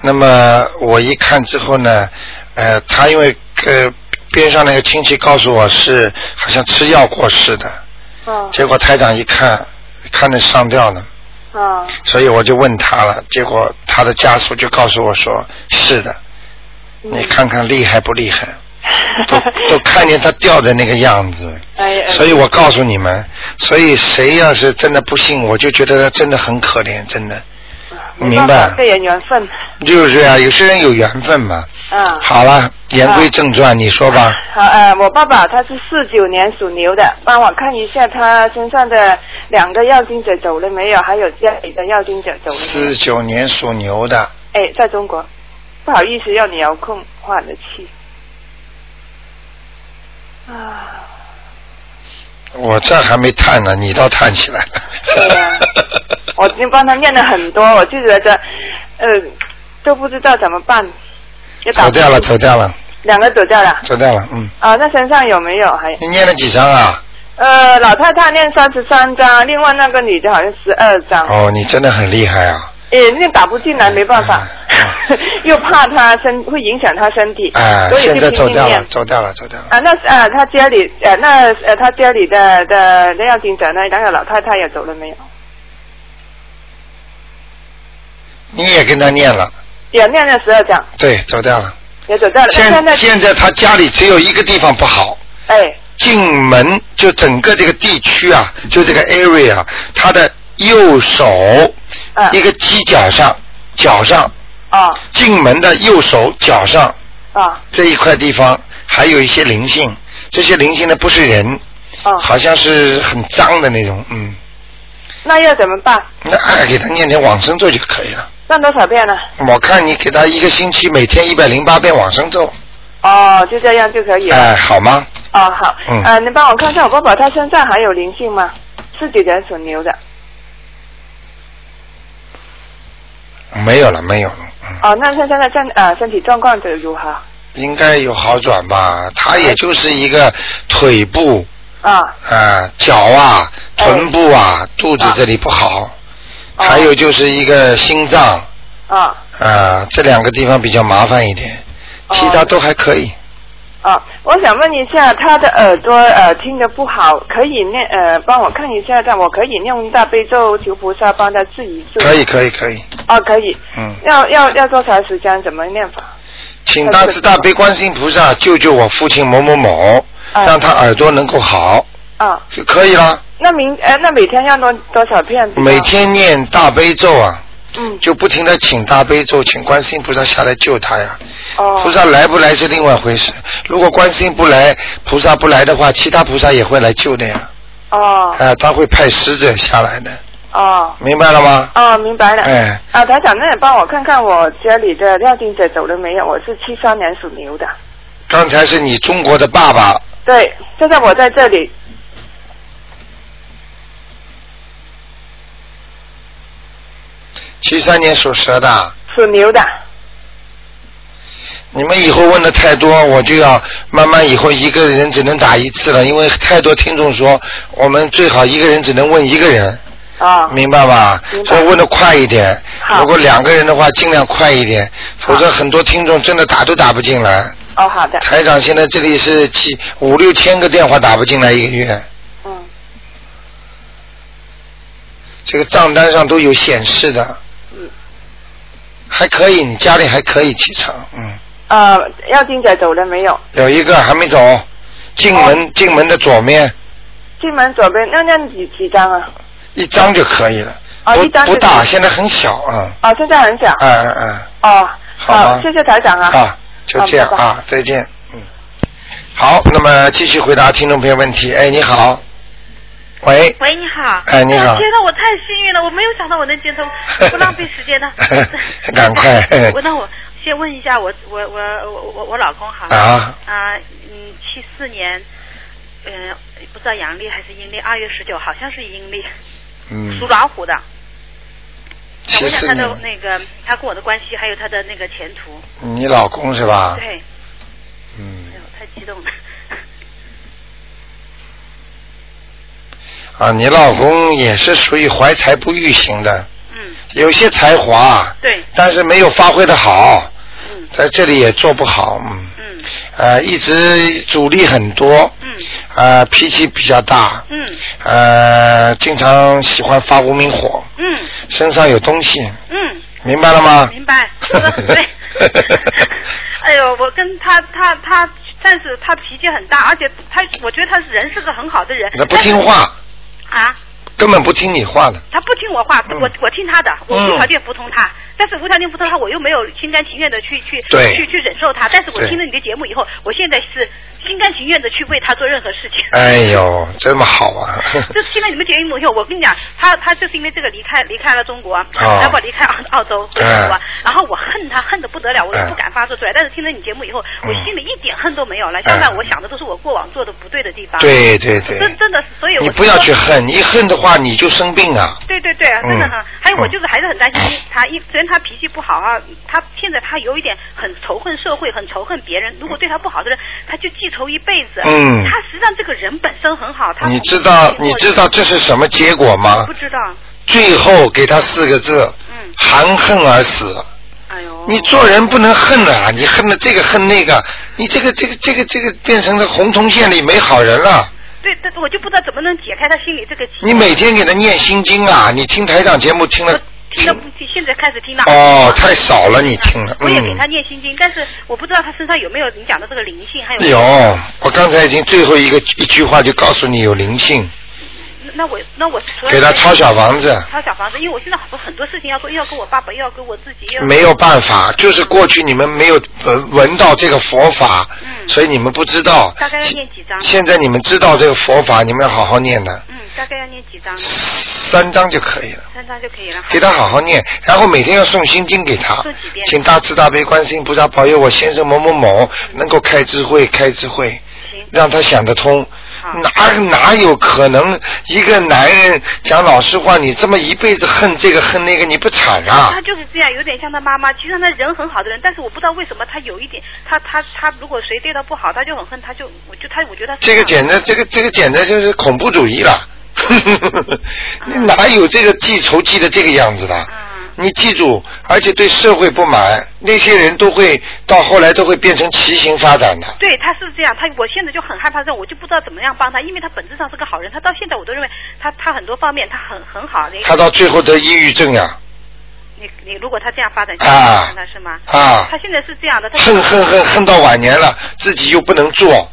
[SPEAKER 1] 那么我一看之后呢，呃，他因为呃边上那个亲戚告诉我是好像吃药过世的，
[SPEAKER 8] 哦
[SPEAKER 1] 结果台长一看，看着上吊呢，
[SPEAKER 8] 哦嗯，
[SPEAKER 1] 所以我就问他了，结果他的家属就告诉我说：“是的，你看看厉害不厉害？都都看见他掉的那个样子。
[SPEAKER 8] 哎，哎
[SPEAKER 1] 所以我告诉你们，所以谁要是真的不信，我就觉得他真的很可怜，真的，
[SPEAKER 8] 没
[SPEAKER 1] 明
[SPEAKER 8] 办
[SPEAKER 1] 白
[SPEAKER 8] 法？这也缘分，
[SPEAKER 1] 就是啊，有些人有缘分嘛。
[SPEAKER 8] 嗯。
[SPEAKER 1] 好了，言归正传，你说吧。
[SPEAKER 8] 好，呃，我爸爸他是四九年属牛的，帮我看一下他身上的两个要经者走了没有，还有家里的要经者走了没有
[SPEAKER 1] 四九年属牛的，
[SPEAKER 8] 哎，在中国，不好意思，要你遥控换了气。啊，
[SPEAKER 1] 我这还没叹呢，你倒叹起来了。
[SPEAKER 8] 对 呀、我已经帮他念了很多，我就觉得，呃，都不知道怎么办。也打
[SPEAKER 1] 走
[SPEAKER 8] 不
[SPEAKER 1] 掉了，
[SPEAKER 8] 出
[SPEAKER 1] 走掉了，
[SPEAKER 8] 两个走掉了。
[SPEAKER 1] 走掉了，嗯。
[SPEAKER 8] 啊，那身上有没有还？
[SPEAKER 1] 你念了几张啊？
[SPEAKER 8] 呃，老太太念三十三张，另外那个女的好像十二张。
[SPEAKER 1] 哦，你真的很厉害啊！
[SPEAKER 8] 诶，那打不进来，没办法，
[SPEAKER 1] 嗯
[SPEAKER 8] 又怕她身会影响她身体，
[SPEAKER 1] 哎，
[SPEAKER 8] 所以
[SPEAKER 1] 现
[SPEAKER 8] 就
[SPEAKER 1] 在
[SPEAKER 8] 拼
[SPEAKER 1] 走
[SPEAKER 8] 命
[SPEAKER 1] 掉
[SPEAKER 8] 念
[SPEAKER 1] 了，。走掉了，走掉了。
[SPEAKER 8] 啊，那呃，他家里呃，那呃，他家里的的那要金者呢，那个老太太也走了没有？
[SPEAKER 1] 你也跟他念了，
[SPEAKER 8] 也念了十二章，
[SPEAKER 1] 对，走掉了。
[SPEAKER 8] 也走掉了。啊那现
[SPEAKER 1] 现
[SPEAKER 8] 在
[SPEAKER 1] 现在他家里只有一个地方不好，
[SPEAKER 8] 哎，
[SPEAKER 1] 进门就整个这个地区啊，就这个 area，他啊的右手
[SPEAKER 8] 嗯，
[SPEAKER 1] 一个犄角上，脚上，
[SPEAKER 8] 啊
[SPEAKER 1] 进门的右手脚上
[SPEAKER 8] 啊
[SPEAKER 1] 这一块地方还有一些灵性，这些灵性呢不是人，
[SPEAKER 8] 啊，
[SPEAKER 1] 好像是很脏的那种，嗯，
[SPEAKER 8] 那要怎么办？
[SPEAKER 1] 那哎给他念点往生咒就可以了。
[SPEAKER 8] 上多少遍呢？
[SPEAKER 1] 我看你给他一个星期每天一百零八遍往生咒，
[SPEAKER 8] 哦，就这样就可以了。
[SPEAKER 1] 哎，好吗？
[SPEAKER 8] 哦，好，
[SPEAKER 1] 嗯
[SPEAKER 8] 呃，你帮我看看我爸爸他身上还有灵性吗？四九年属牛的，
[SPEAKER 1] 没有了，没有了，嗯，
[SPEAKER 8] 哦，那他现在身呃身体状况怎如何？
[SPEAKER 1] 应该有好转吧？他也就是一个腿部
[SPEAKER 8] 啊
[SPEAKER 1] 啊、脚啊、臀部啊、肚子这里不好，
[SPEAKER 8] 哦
[SPEAKER 1] 还有就是一个心脏啊、
[SPEAKER 8] 啊
[SPEAKER 1] 这两个地方比较麻烦一点，
[SPEAKER 8] 哦
[SPEAKER 1] 其他都还可以。
[SPEAKER 8] 啊！我想问一下，他的耳朵呃听得不好，可以念呃帮我看一下，但我可以用大悲咒求菩萨帮他治一治。
[SPEAKER 1] 可以，。可以，可以，
[SPEAKER 8] 哦，可以。
[SPEAKER 1] 嗯
[SPEAKER 8] 要要要多长时间？怎么念法？
[SPEAKER 1] 请大慈大悲观世音菩萨救救我父亲某某某，
[SPEAKER 8] 哎
[SPEAKER 1] 让他耳朵能够好，
[SPEAKER 8] 啊，
[SPEAKER 1] 就可以了。
[SPEAKER 8] 那明呃那每天要多多少片？
[SPEAKER 1] 每。天念大悲咒啊，
[SPEAKER 8] 嗯。
[SPEAKER 1] 就不停的请大悲咒，请观世音菩萨下来救他呀。
[SPEAKER 8] 哦。
[SPEAKER 1] 菩萨来不来是另外一回事，如果观世音不来，菩萨不来的话，其他菩萨也会来救的呀。
[SPEAKER 8] 哦
[SPEAKER 1] 啊、他会派使者下来的，
[SPEAKER 8] 哦
[SPEAKER 1] 明白了吗？
[SPEAKER 8] 哦，明白了。
[SPEAKER 1] 哎，
[SPEAKER 8] 啊，台长，那你帮我看看我家里的廖金者走了没有？我是七三年属牛的。
[SPEAKER 1] 刚才是你中国的爸爸，
[SPEAKER 8] 对，现在我在这里。
[SPEAKER 1] 七三年属蛇的。
[SPEAKER 8] 属牛的，
[SPEAKER 1] 你们以后问的太多，我就要慢慢以后一个人只能打一次了，因为太多听众说我们最好一个人只能问一个人。
[SPEAKER 8] 啊、
[SPEAKER 1] 明白吧？
[SPEAKER 8] 明白
[SPEAKER 1] 所以问的快一点。
[SPEAKER 8] 好
[SPEAKER 1] 如果两个人的话，尽量快一点，否则很多听众真的打都打不进来。
[SPEAKER 8] 哦，好的，
[SPEAKER 1] 台长现在这里是七五六千个电话打不进来一个月，
[SPEAKER 8] 嗯，
[SPEAKER 1] 这个账单上都有显示的。
[SPEAKER 8] 嗯。
[SPEAKER 1] 还可以，你家里还可以气场，嗯，
[SPEAKER 8] 呃，廖金者走了没有？
[SPEAKER 1] 有一个还没走，进
[SPEAKER 8] 哦
[SPEAKER 1] 门、进门的左面
[SPEAKER 8] 进门左边那那几几张啊？
[SPEAKER 1] 一张就可以了，
[SPEAKER 8] 哦
[SPEAKER 1] 不
[SPEAKER 8] 一张就
[SPEAKER 1] 不大，
[SPEAKER 8] 可以
[SPEAKER 1] 现在很小啊，
[SPEAKER 8] 哦，现在很小。
[SPEAKER 1] 嗯嗯嗯。
[SPEAKER 8] 哦，
[SPEAKER 1] 好吧
[SPEAKER 8] 谢谢台长啊。
[SPEAKER 1] 啊，就这样
[SPEAKER 8] 好拜拜
[SPEAKER 1] 啊，再见。嗯，好，那么继续回答听众朋友问题。哎，你好，喂，
[SPEAKER 2] 喂，你好。
[SPEAKER 1] 哎你好，。
[SPEAKER 2] 哦天哪，我太幸运了，我没有想到我能接通不浪费时间呢
[SPEAKER 1] 赶快
[SPEAKER 2] 我那我先问一下我我我我我我老公好了
[SPEAKER 1] 啊，
[SPEAKER 2] 啊嗯，七四年，嗯、不知道阳历还是阴历，二月十九好像是阴历，
[SPEAKER 1] 嗯
[SPEAKER 2] 属，老虎的。想
[SPEAKER 1] 七
[SPEAKER 2] 问一下
[SPEAKER 1] 四
[SPEAKER 2] 他
[SPEAKER 1] 年
[SPEAKER 2] 的，那个他跟我的关系，还有他的那个前途。
[SPEAKER 1] 你老公是吧？
[SPEAKER 2] 对，
[SPEAKER 1] 嗯
[SPEAKER 2] 哎呦，太激动了。
[SPEAKER 1] 啊，你老公也是属于怀才不遇型的，
[SPEAKER 2] 嗯，
[SPEAKER 1] 有些才华，啊
[SPEAKER 2] 对，
[SPEAKER 1] 但是没有发挥的好，
[SPEAKER 2] 嗯
[SPEAKER 1] 在这里也做不好，嗯，
[SPEAKER 2] 嗯
[SPEAKER 1] 呃，一直阻力很多，
[SPEAKER 2] 嗯
[SPEAKER 1] 呃，脾气比较大，
[SPEAKER 2] 嗯
[SPEAKER 1] 呃，经常喜欢发无名火，
[SPEAKER 2] 嗯
[SPEAKER 1] 身上有东西，
[SPEAKER 2] 嗯，
[SPEAKER 1] 明白了吗？
[SPEAKER 2] 明白，说的 很对。哎呦，我跟他他他，但是他脾气很大，而且他，我觉得他人是个很好的人。
[SPEAKER 1] 他不听话，
[SPEAKER 2] 啊，
[SPEAKER 1] 根本不听你话的，
[SPEAKER 2] 他不听我话，我我听他的，我
[SPEAKER 1] 嗯
[SPEAKER 2] 无条件服从他。但是无条件服从他，我又没有心甘情愿的去去
[SPEAKER 1] 对
[SPEAKER 2] 去去忍受他。但是我
[SPEAKER 1] 对
[SPEAKER 2] 听了你的节目以后，我现在是心甘情愿的去为他做任何事情。
[SPEAKER 1] 哎呦，这么好 啊！
[SPEAKER 2] 就听了你们节目以后，我跟你讲，他他就是因为这个离开离开了中国，
[SPEAKER 1] 哦
[SPEAKER 2] 然后离开澳澳洲回中国
[SPEAKER 1] 嗯，
[SPEAKER 2] 然后我恨他恨得不得了，我都
[SPEAKER 1] 嗯
[SPEAKER 2] 不敢发作出来。但是听了你节目以后，我
[SPEAKER 1] 嗯
[SPEAKER 2] 心里一点恨都没有了，
[SPEAKER 1] 嗯
[SPEAKER 2] 相反我想的都是我过往做的不对的地方。
[SPEAKER 1] 对对对
[SPEAKER 2] 真真的是，所以我
[SPEAKER 1] 你
[SPEAKER 2] 就
[SPEAKER 1] 不要
[SPEAKER 2] 说
[SPEAKER 1] 去恨，一恨的话你就生病啊。
[SPEAKER 2] 对对对，真的很。
[SPEAKER 1] 嗯
[SPEAKER 2] 还有我
[SPEAKER 1] 嗯
[SPEAKER 2] 就是还是很担心他，一虽然他脾气不好啊，他现在他有一点很仇恨社会，很仇恨别人。如果对他不好的人，他就记仇一辈子。
[SPEAKER 1] 嗯
[SPEAKER 2] 他实际上这个人本身很好，他
[SPEAKER 1] 你知道你知道这是什么结果吗
[SPEAKER 2] 不？知道，
[SPEAKER 1] 最后给他四个字：
[SPEAKER 2] 嗯，
[SPEAKER 1] 含恨而死。
[SPEAKER 2] 哎呦，
[SPEAKER 1] 你做人不能恨啊！你恨了这个恨那个，你这个这个这个这个变成了红铜线里没好人了。
[SPEAKER 2] 对，但我就不知道怎么能解开他心里这个结。
[SPEAKER 1] 你每天给他念心经啊！你听台长节目听了
[SPEAKER 2] 我嗯听到不听，现在开始听到。
[SPEAKER 1] 哦，太少了，你听了
[SPEAKER 2] 我也给
[SPEAKER 1] 嗯
[SPEAKER 2] 他。念心经，但是我不知道他身上有没有你讲的这个灵性，还有
[SPEAKER 1] 有，我刚才已经最后一个一句话就告诉你有灵性，
[SPEAKER 2] 那那我那我除了
[SPEAKER 1] 给他抄小房子。
[SPEAKER 2] 抄小房子，因为我现在好多很多事情要做，又要跟我爸爸，又要跟我自己，又要
[SPEAKER 1] 没有办法，就是过去你们没有呃闻到这个佛法，
[SPEAKER 2] 嗯
[SPEAKER 1] 所以你们不知道。
[SPEAKER 2] 大概要念几张
[SPEAKER 1] 现在你们知道这个佛法，你们要好好念的，
[SPEAKER 2] 嗯，大概要念几张，
[SPEAKER 1] 三章就可以了，
[SPEAKER 2] 三张就可以了。
[SPEAKER 1] 给他好好念，然后每天要诵心经给他
[SPEAKER 2] 诵几遍，
[SPEAKER 1] 请大慈大悲观世音菩萨保佑我先生某某某能够开智慧，开智慧。
[SPEAKER 2] 行，
[SPEAKER 1] 让他想得通
[SPEAKER 2] 好，
[SPEAKER 1] 哪哪有可能一个男人讲老实话，你这么一辈子恨这个恨那个，你不惨啊？
[SPEAKER 2] 他就是这样，有点像他妈妈。其实他人很好的人，但是我不知道为什么他有一点，他他他如果谁对他不好，他就很恨，他就我就他我觉得他是
[SPEAKER 1] 这个
[SPEAKER 2] 样
[SPEAKER 1] 简直，这个这个简直就是恐怖主义 了。你哪有这个记仇记的这个样子的？
[SPEAKER 2] 嗯
[SPEAKER 1] 你记住，而且对社会不满，那些人都会到后来都会变成畸形发展的。
[SPEAKER 2] 对，他是这样，他我现在就很害怕这样，我就不知道怎么样帮他，因为他本质上是个好人，他到现在我都认为他他很多方面他很很好。你
[SPEAKER 1] 他到最后得抑郁症呀、
[SPEAKER 2] 你你如果他这样发展下
[SPEAKER 1] 啊
[SPEAKER 2] 去，那是吗？
[SPEAKER 1] 啊
[SPEAKER 2] 他！现在是这样的，他
[SPEAKER 1] 恨恨恨恨到晚年了，自己又不能做，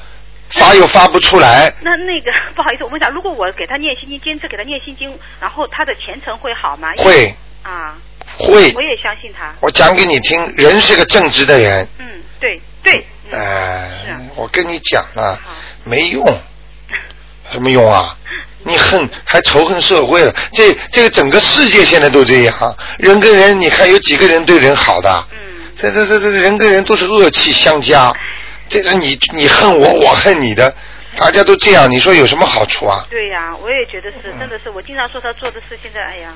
[SPEAKER 1] 发又发不出来，
[SPEAKER 2] 那那个 不好意思，我问一下，如果我给他念心经，坚持给他念心经，然后他的前程会好吗？
[SPEAKER 1] 会
[SPEAKER 2] 啊，
[SPEAKER 1] 会
[SPEAKER 2] 我。也相信他。
[SPEAKER 1] 我讲给你听，人是个正直的人。
[SPEAKER 2] 嗯，对对，
[SPEAKER 1] 哎、
[SPEAKER 2] 嗯，是啊
[SPEAKER 1] 我跟你讲啊
[SPEAKER 2] 好，
[SPEAKER 1] 没用，什么用 啊？你恨还仇恨社会了，这这个整个世界现在都这样，人跟人，你看有几个人对人好的？
[SPEAKER 2] 嗯，
[SPEAKER 1] 这这这这人跟人都是恶气相加，这个你你恨我，我恨你的，大家都这样，你说有什么好处啊？
[SPEAKER 2] 对呀、我也觉得是，真的是，我经常说他做的事，现在哎呀，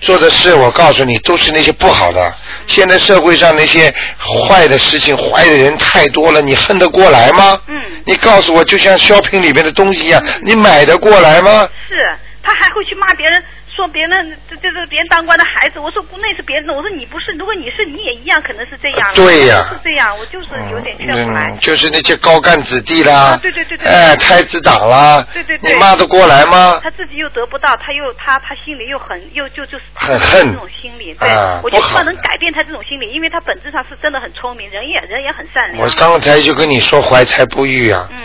[SPEAKER 1] 做的事，我告诉你，都是那些不好的。现在社会上那些坏的事情、坏的人太多了，你恨得过来吗？
[SPEAKER 2] 嗯
[SPEAKER 1] 你告诉我，就像 shopping 里面的东西一样，你买得过来吗？
[SPEAKER 2] 是他还会去骂别人，说别人这这这别人当官的孩子，我说那是别人的，我说你不是，如果你是，你也一样，可能是这样。
[SPEAKER 1] 对呀
[SPEAKER 2] 就是这样，我就是有点劝不来
[SPEAKER 1] 嗯，。就是那些高干子弟啦，
[SPEAKER 2] 啊对对对对
[SPEAKER 1] 哎，太子党啦，
[SPEAKER 2] 对对对
[SPEAKER 1] 你骂得过来吗？
[SPEAKER 2] 他自己又得不到，他又他他心里又很又就就是
[SPEAKER 1] 很恨
[SPEAKER 2] 这种心理，对，
[SPEAKER 1] 啊
[SPEAKER 2] 我就
[SPEAKER 1] 不
[SPEAKER 2] 希
[SPEAKER 1] 好
[SPEAKER 2] 望能
[SPEAKER 1] 的
[SPEAKER 2] 改变他这种心理，因为他本质上是真的很聪明，人也人也很善良。
[SPEAKER 1] 我刚才就跟你说怀才不遇啊，
[SPEAKER 2] 嗯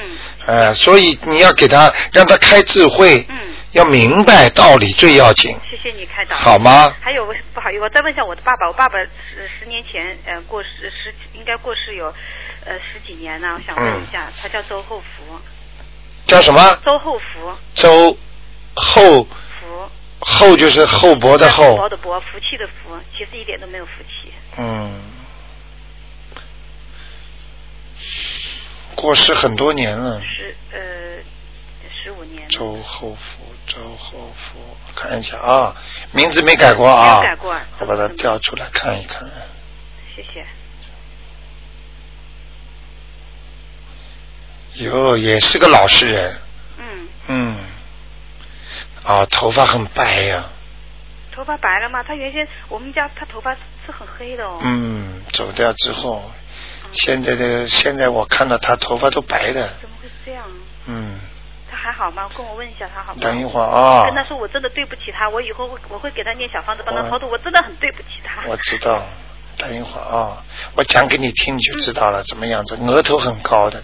[SPEAKER 1] 呃，所以你要给他让他开智慧，
[SPEAKER 2] 嗯，
[SPEAKER 1] 要明白道理最要紧，
[SPEAKER 2] 谢谢你开导。
[SPEAKER 1] 好吗？
[SPEAKER 2] 还有，不好意思，我再问一下我的爸爸。我爸爸十十年前，呃，过世十应该过世有，呃，十几年了。我想问一
[SPEAKER 1] 嗯
[SPEAKER 2] 下，他叫周厚福，
[SPEAKER 1] 叫什么？
[SPEAKER 2] 周厚福，
[SPEAKER 1] 周后
[SPEAKER 2] 福，
[SPEAKER 1] 后就是厚薄的
[SPEAKER 2] 薄
[SPEAKER 1] 厚，
[SPEAKER 2] 的薄，福气的福，其实一点都没有福气。
[SPEAKER 1] 嗯，过世很多年了。
[SPEAKER 2] 十呃，十五年了。
[SPEAKER 1] 周后福，周后福，看一下啊，名字没改过
[SPEAKER 2] 没
[SPEAKER 1] 啊，
[SPEAKER 2] 有改过啊
[SPEAKER 1] 我把它调出来看一看。
[SPEAKER 2] 谢谢。
[SPEAKER 1] 哟，也是个老实人，
[SPEAKER 2] 嗯，
[SPEAKER 1] 嗯，啊，头发很白呀、
[SPEAKER 2] 头发白了吗？他原先我们家他头发是很黑的哦。
[SPEAKER 1] 嗯，走掉之后，现在的现在我看到他头发都白的，
[SPEAKER 2] 怎么会这样？
[SPEAKER 1] 嗯，
[SPEAKER 5] 好吗？跟我问一下他好吗？
[SPEAKER 1] 等一会儿啊
[SPEAKER 5] 跟他说我真的对不起他，我以后会我会给他念小房子帮他
[SPEAKER 1] 嗯
[SPEAKER 5] 超度，我真的很对不起他。
[SPEAKER 1] 我知道，等一会儿啊，我讲给你听你就知道
[SPEAKER 5] 嗯
[SPEAKER 1] 了，怎么样子？额头很高的，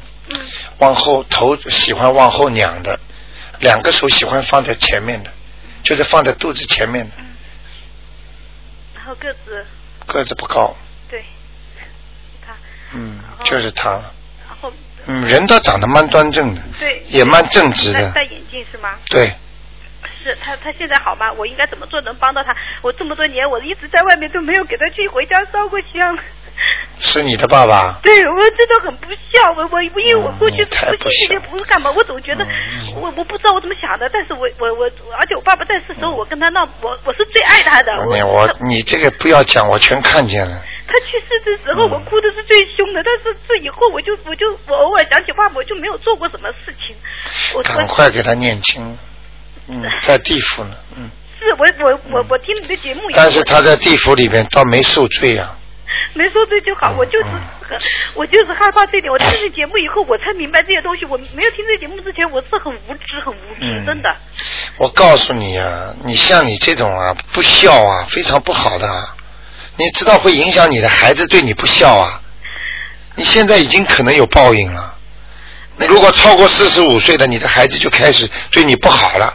[SPEAKER 1] 往后头喜欢往后仰的，两个手喜欢放在前面的，就是放在肚子前面的，
[SPEAKER 5] 嗯然后个子
[SPEAKER 1] 个子不高，
[SPEAKER 5] 对，
[SPEAKER 1] 嗯，
[SPEAKER 5] 哦
[SPEAKER 1] 就是他了。
[SPEAKER 5] 然后
[SPEAKER 1] 嗯，人倒长得蛮端正的，
[SPEAKER 5] 对
[SPEAKER 1] 也蛮正直的
[SPEAKER 5] 戴戴眼镜是吗？
[SPEAKER 1] 对，
[SPEAKER 5] 是他他现在好吗？我应该怎么做能帮到他？我这么多年我一直在外面都没有给他去回家烧过香。
[SPEAKER 1] 是你的爸爸，
[SPEAKER 5] 对我真的很不孝，我我因为我过去
[SPEAKER 1] 嗯你太
[SPEAKER 5] 不
[SPEAKER 1] 不嗯
[SPEAKER 5] 信这些不是干嘛，我总觉得我我不知道我怎么想的，但是我我我，而且我爸爸在世时
[SPEAKER 1] 嗯
[SPEAKER 5] 候，我跟他闹，我我是最爱他的。
[SPEAKER 1] 你我
[SPEAKER 5] 他
[SPEAKER 1] 你这个不要讲，我全看见了。
[SPEAKER 5] 他去世的时候，
[SPEAKER 1] 嗯
[SPEAKER 5] 我哭的是最凶的，但是这以后我就我就我偶尔想起爸爸，我就没有做过什么事情。我
[SPEAKER 1] 赶快给他念经，嗯，在地府呢，嗯，
[SPEAKER 5] 是我我我我听你的节目以后，
[SPEAKER 1] 但是他在地府里面倒没受罪啊，
[SPEAKER 5] 没说对就好，我就是很，
[SPEAKER 1] 嗯
[SPEAKER 5] 我就是害怕这一点。我听这节目以后，我才明白这些东西。我没有听这节目之前，我是很无知，很无知，
[SPEAKER 1] 嗯
[SPEAKER 5] 真的。
[SPEAKER 1] 我告诉你啊，你像你这种啊，不孝啊，非常不好的、啊，你知道会影响你的孩子对你不孝啊。你现在已经可能有报应了。你如果超过四十五岁的，你的孩子就开始对你不好了。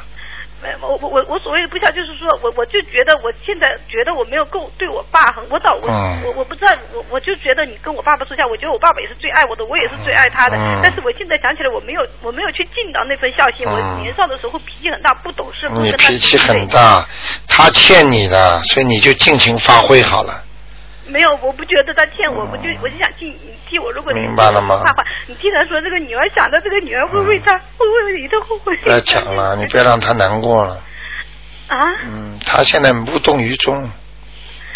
[SPEAKER 5] 没我我我我所谓的不孝，就是说我我就觉得我现在觉得我没有够对我爸很，我倒我、
[SPEAKER 1] 嗯
[SPEAKER 5] 我我不知道，我我就觉得你跟我爸爸说一下，我觉得我爸爸也是最爱我的，我也是最爱他的。
[SPEAKER 1] 嗯
[SPEAKER 5] 但是我现在想起来，我没有我没有去尽到那份孝心。
[SPEAKER 1] 嗯
[SPEAKER 5] 我年少的时候脾气很大，不懂事，不
[SPEAKER 1] 你
[SPEAKER 5] 跟他
[SPEAKER 1] 脾气很大，他欠你的，所以你就尽情发挥好了。
[SPEAKER 5] 没有，我不觉得他欠我，我就我就想替你替我，如果你
[SPEAKER 1] 嗯明白了吗
[SPEAKER 5] 怕话，你替他说这个女儿想到这个女儿会为他、会为你的后悔
[SPEAKER 1] 不要讲嗯了，你不要让他难过了。
[SPEAKER 5] 啊？
[SPEAKER 1] 嗯，他现在无动于衷。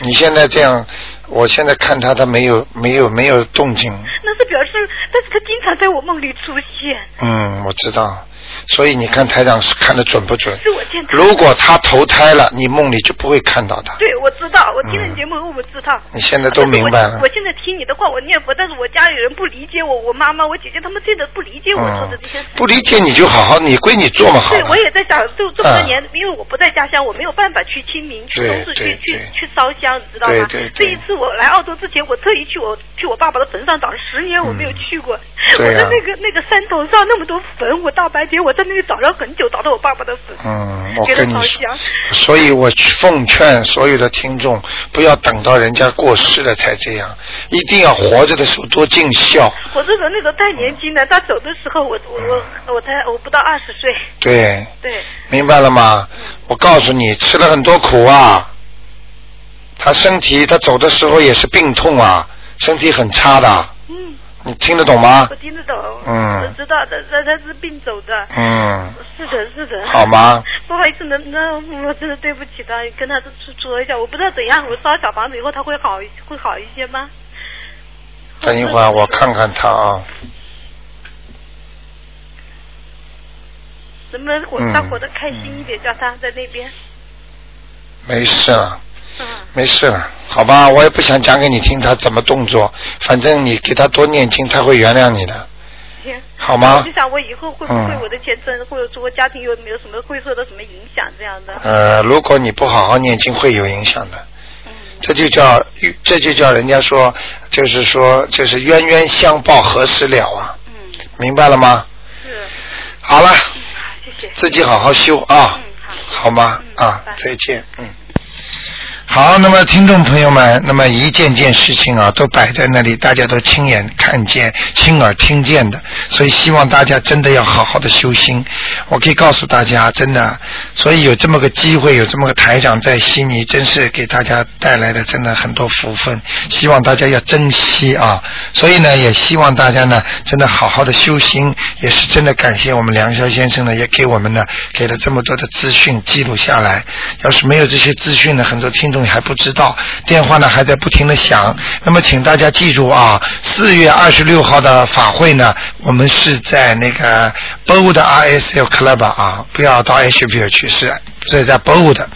[SPEAKER 1] 你现在这样，我现在看他，他没有没有没有动静。
[SPEAKER 5] 那是表示，但是他经常在我梦里出现，
[SPEAKER 1] 嗯，我知道。所以你看台长是看的准不准？
[SPEAKER 5] 是我欠他。
[SPEAKER 1] 如果他投胎了，你梦里就不会看到他。
[SPEAKER 5] 对，我知道，我听了你节目后我知道。
[SPEAKER 1] 你现在嗯都明白了
[SPEAKER 5] 但是我我现在听你的话，我念佛，但是我家里人不理解我，我妈妈、我姐姐他们真的不理解我说的
[SPEAKER 1] 嗯
[SPEAKER 5] 这些事。，
[SPEAKER 1] 不理解你就好好，你归你做嘛好
[SPEAKER 5] 对，
[SPEAKER 1] 了
[SPEAKER 5] 我。也在想，就这么多
[SPEAKER 1] 嗯
[SPEAKER 5] 年，因为我不在家乡，我没有办法去清明、去
[SPEAKER 1] 对
[SPEAKER 5] 东市、
[SPEAKER 1] 对
[SPEAKER 5] 去去
[SPEAKER 1] 对
[SPEAKER 5] 去烧香，你知道吗？
[SPEAKER 1] 对对对
[SPEAKER 5] 这一次我来澳洲之前，我特意去我去我爸爸的坟上找，十年我没有去过。
[SPEAKER 1] 对
[SPEAKER 5] 我在
[SPEAKER 1] 啊
[SPEAKER 5] 那个那个山头上那么多坟，我大白天我在那里找了很久，找到我爸爸的坟，
[SPEAKER 1] 嗯，我
[SPEAKER 5] 觉得
[SPEAKER 1] 跟你
[SPEAKER 5] 烧
[SPEAKER 1] 说，
[SPEAKER 5] 香。
[SPEAKER 1] 所以我奉劝所有的听众，不要等到人家过世了才这样，一定要活着的时候多尽孝。
[SPEAKER 5] 我这人那时候太年轻了，他走的时候我我
[SPEAKER 1] 嗯
[SPEAKER 5] 我我才我不到二十岁，
[SPEAKER 1] 对，
[SPEAKER 5] 对，
[SPEAKER 1] 明白了吗？我告诉你，吃了很多苦啊。他身体，他走的时候也是病痛啊，身体很差的。
[SPEAKER 5] 嗯，
[SPEAKER 1] 你听得懂吗
[SPEAKER 5] 我？听得懂，
[SPEAKER 1] 啊嗯
[SPEAKER 5] 我知道的，他他是病走的，
[SPEAKER 1] 嗯，
[SPEAKER 5] 是的，是的，
[SPEAKER 1] 好吗？
[SPEAKER 5] 不好意思，那那我真的对不起他，跟他说说一下，我不知道怎样，我烧小房子以后他会好一会好一些吗？
[SPEAKER 1] 等一会儿我看看他啊。
[SPEAKER 5] 能不能活
[SPEAKER 1] 嗯
[SPEAKER 5] 他活得开心一点，叫他在那边。
[SPEAKER 1] 没事了，
[SPEAKER 5] 嗯
[SPEAKER 1] 没事了，好吧，我也不想讲给你听他怎么动作，反正你给他多念经，他会原谅你的，
[SPEAKER 5] 行。
[SPEAKER 1] 好吗
[SPEAKER 5] 我就？想我以后会不会
[SPEAKER 1] 嗯
[SPEAKER 5] 我的前程或者说我家庭有没有什么会受到什么影响这样的？
[SPEAKER 1] 呃，如果你不好好念经，会有影响的。这就叫，这就叫人家说，就是说，就是冤冤相报何时了啊？
[SPEAKER 5] 嗯
[SPEAKER 1] 明白了吗？
[SPEAKER 5] 是，嗯
[SPEAKER 1] 好了，
[SPEAKER 5] 谢谢。嗯
[SPEAKER 1] 自己好好修啊，好吗？啊，再见，嗯。好，那么听众朋友们，那么一件件事情啊，都摆在那里，大家都亲眼看见、亲耳听见的，所以希望大家真的要好好的修心。我可以告诉大家，真的，啊所以有这么个机会，有这么个台长在悉尼，真是给大家带来了真的很多福分，希望大家要珍惜啊。所以呢，也希望大家呢，真的好好的修心，也是真的感谢我们梁霄先生呢，也给我们呢给了这么多的资讯记录下来。要是没有这些资讯呢，很多听众还不知道，电话呢还在不停的响。那么请大家记住啊，四月二十六号的法会呢，我们是在那个 b o 的 RSL Club 啊，不要到 h b 去，是这在 BO 的。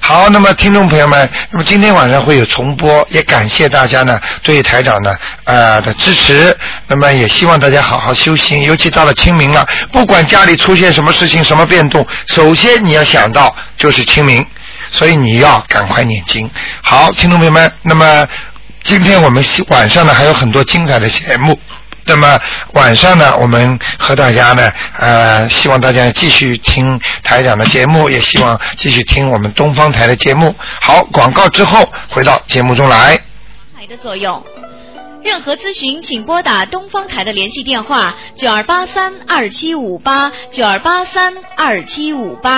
[SPEAKER 1] 好，那么听众朋友们，那么今天晚上会有重播，也感谢大家呢对台长呢呃的支持。那么也希望大家好好修行，尤其到了清明了，不管家里出现什么事情、什么变动，首先你要想到就是清明，所以你要赶快念经。好，听众朋友们，那么今天我们晚上呢还有很多精彩的节目。那么晚上呢，我们和大家呢，呃，希望大家继续听台长的节目，也希望继续听我们东方台的节目。好，广告之后回到节目中来。
[SPEAKER 9] 台的作用。任何咨询，请拨打东方台的联系电话：九二八三二七五八，九二八三二七五八。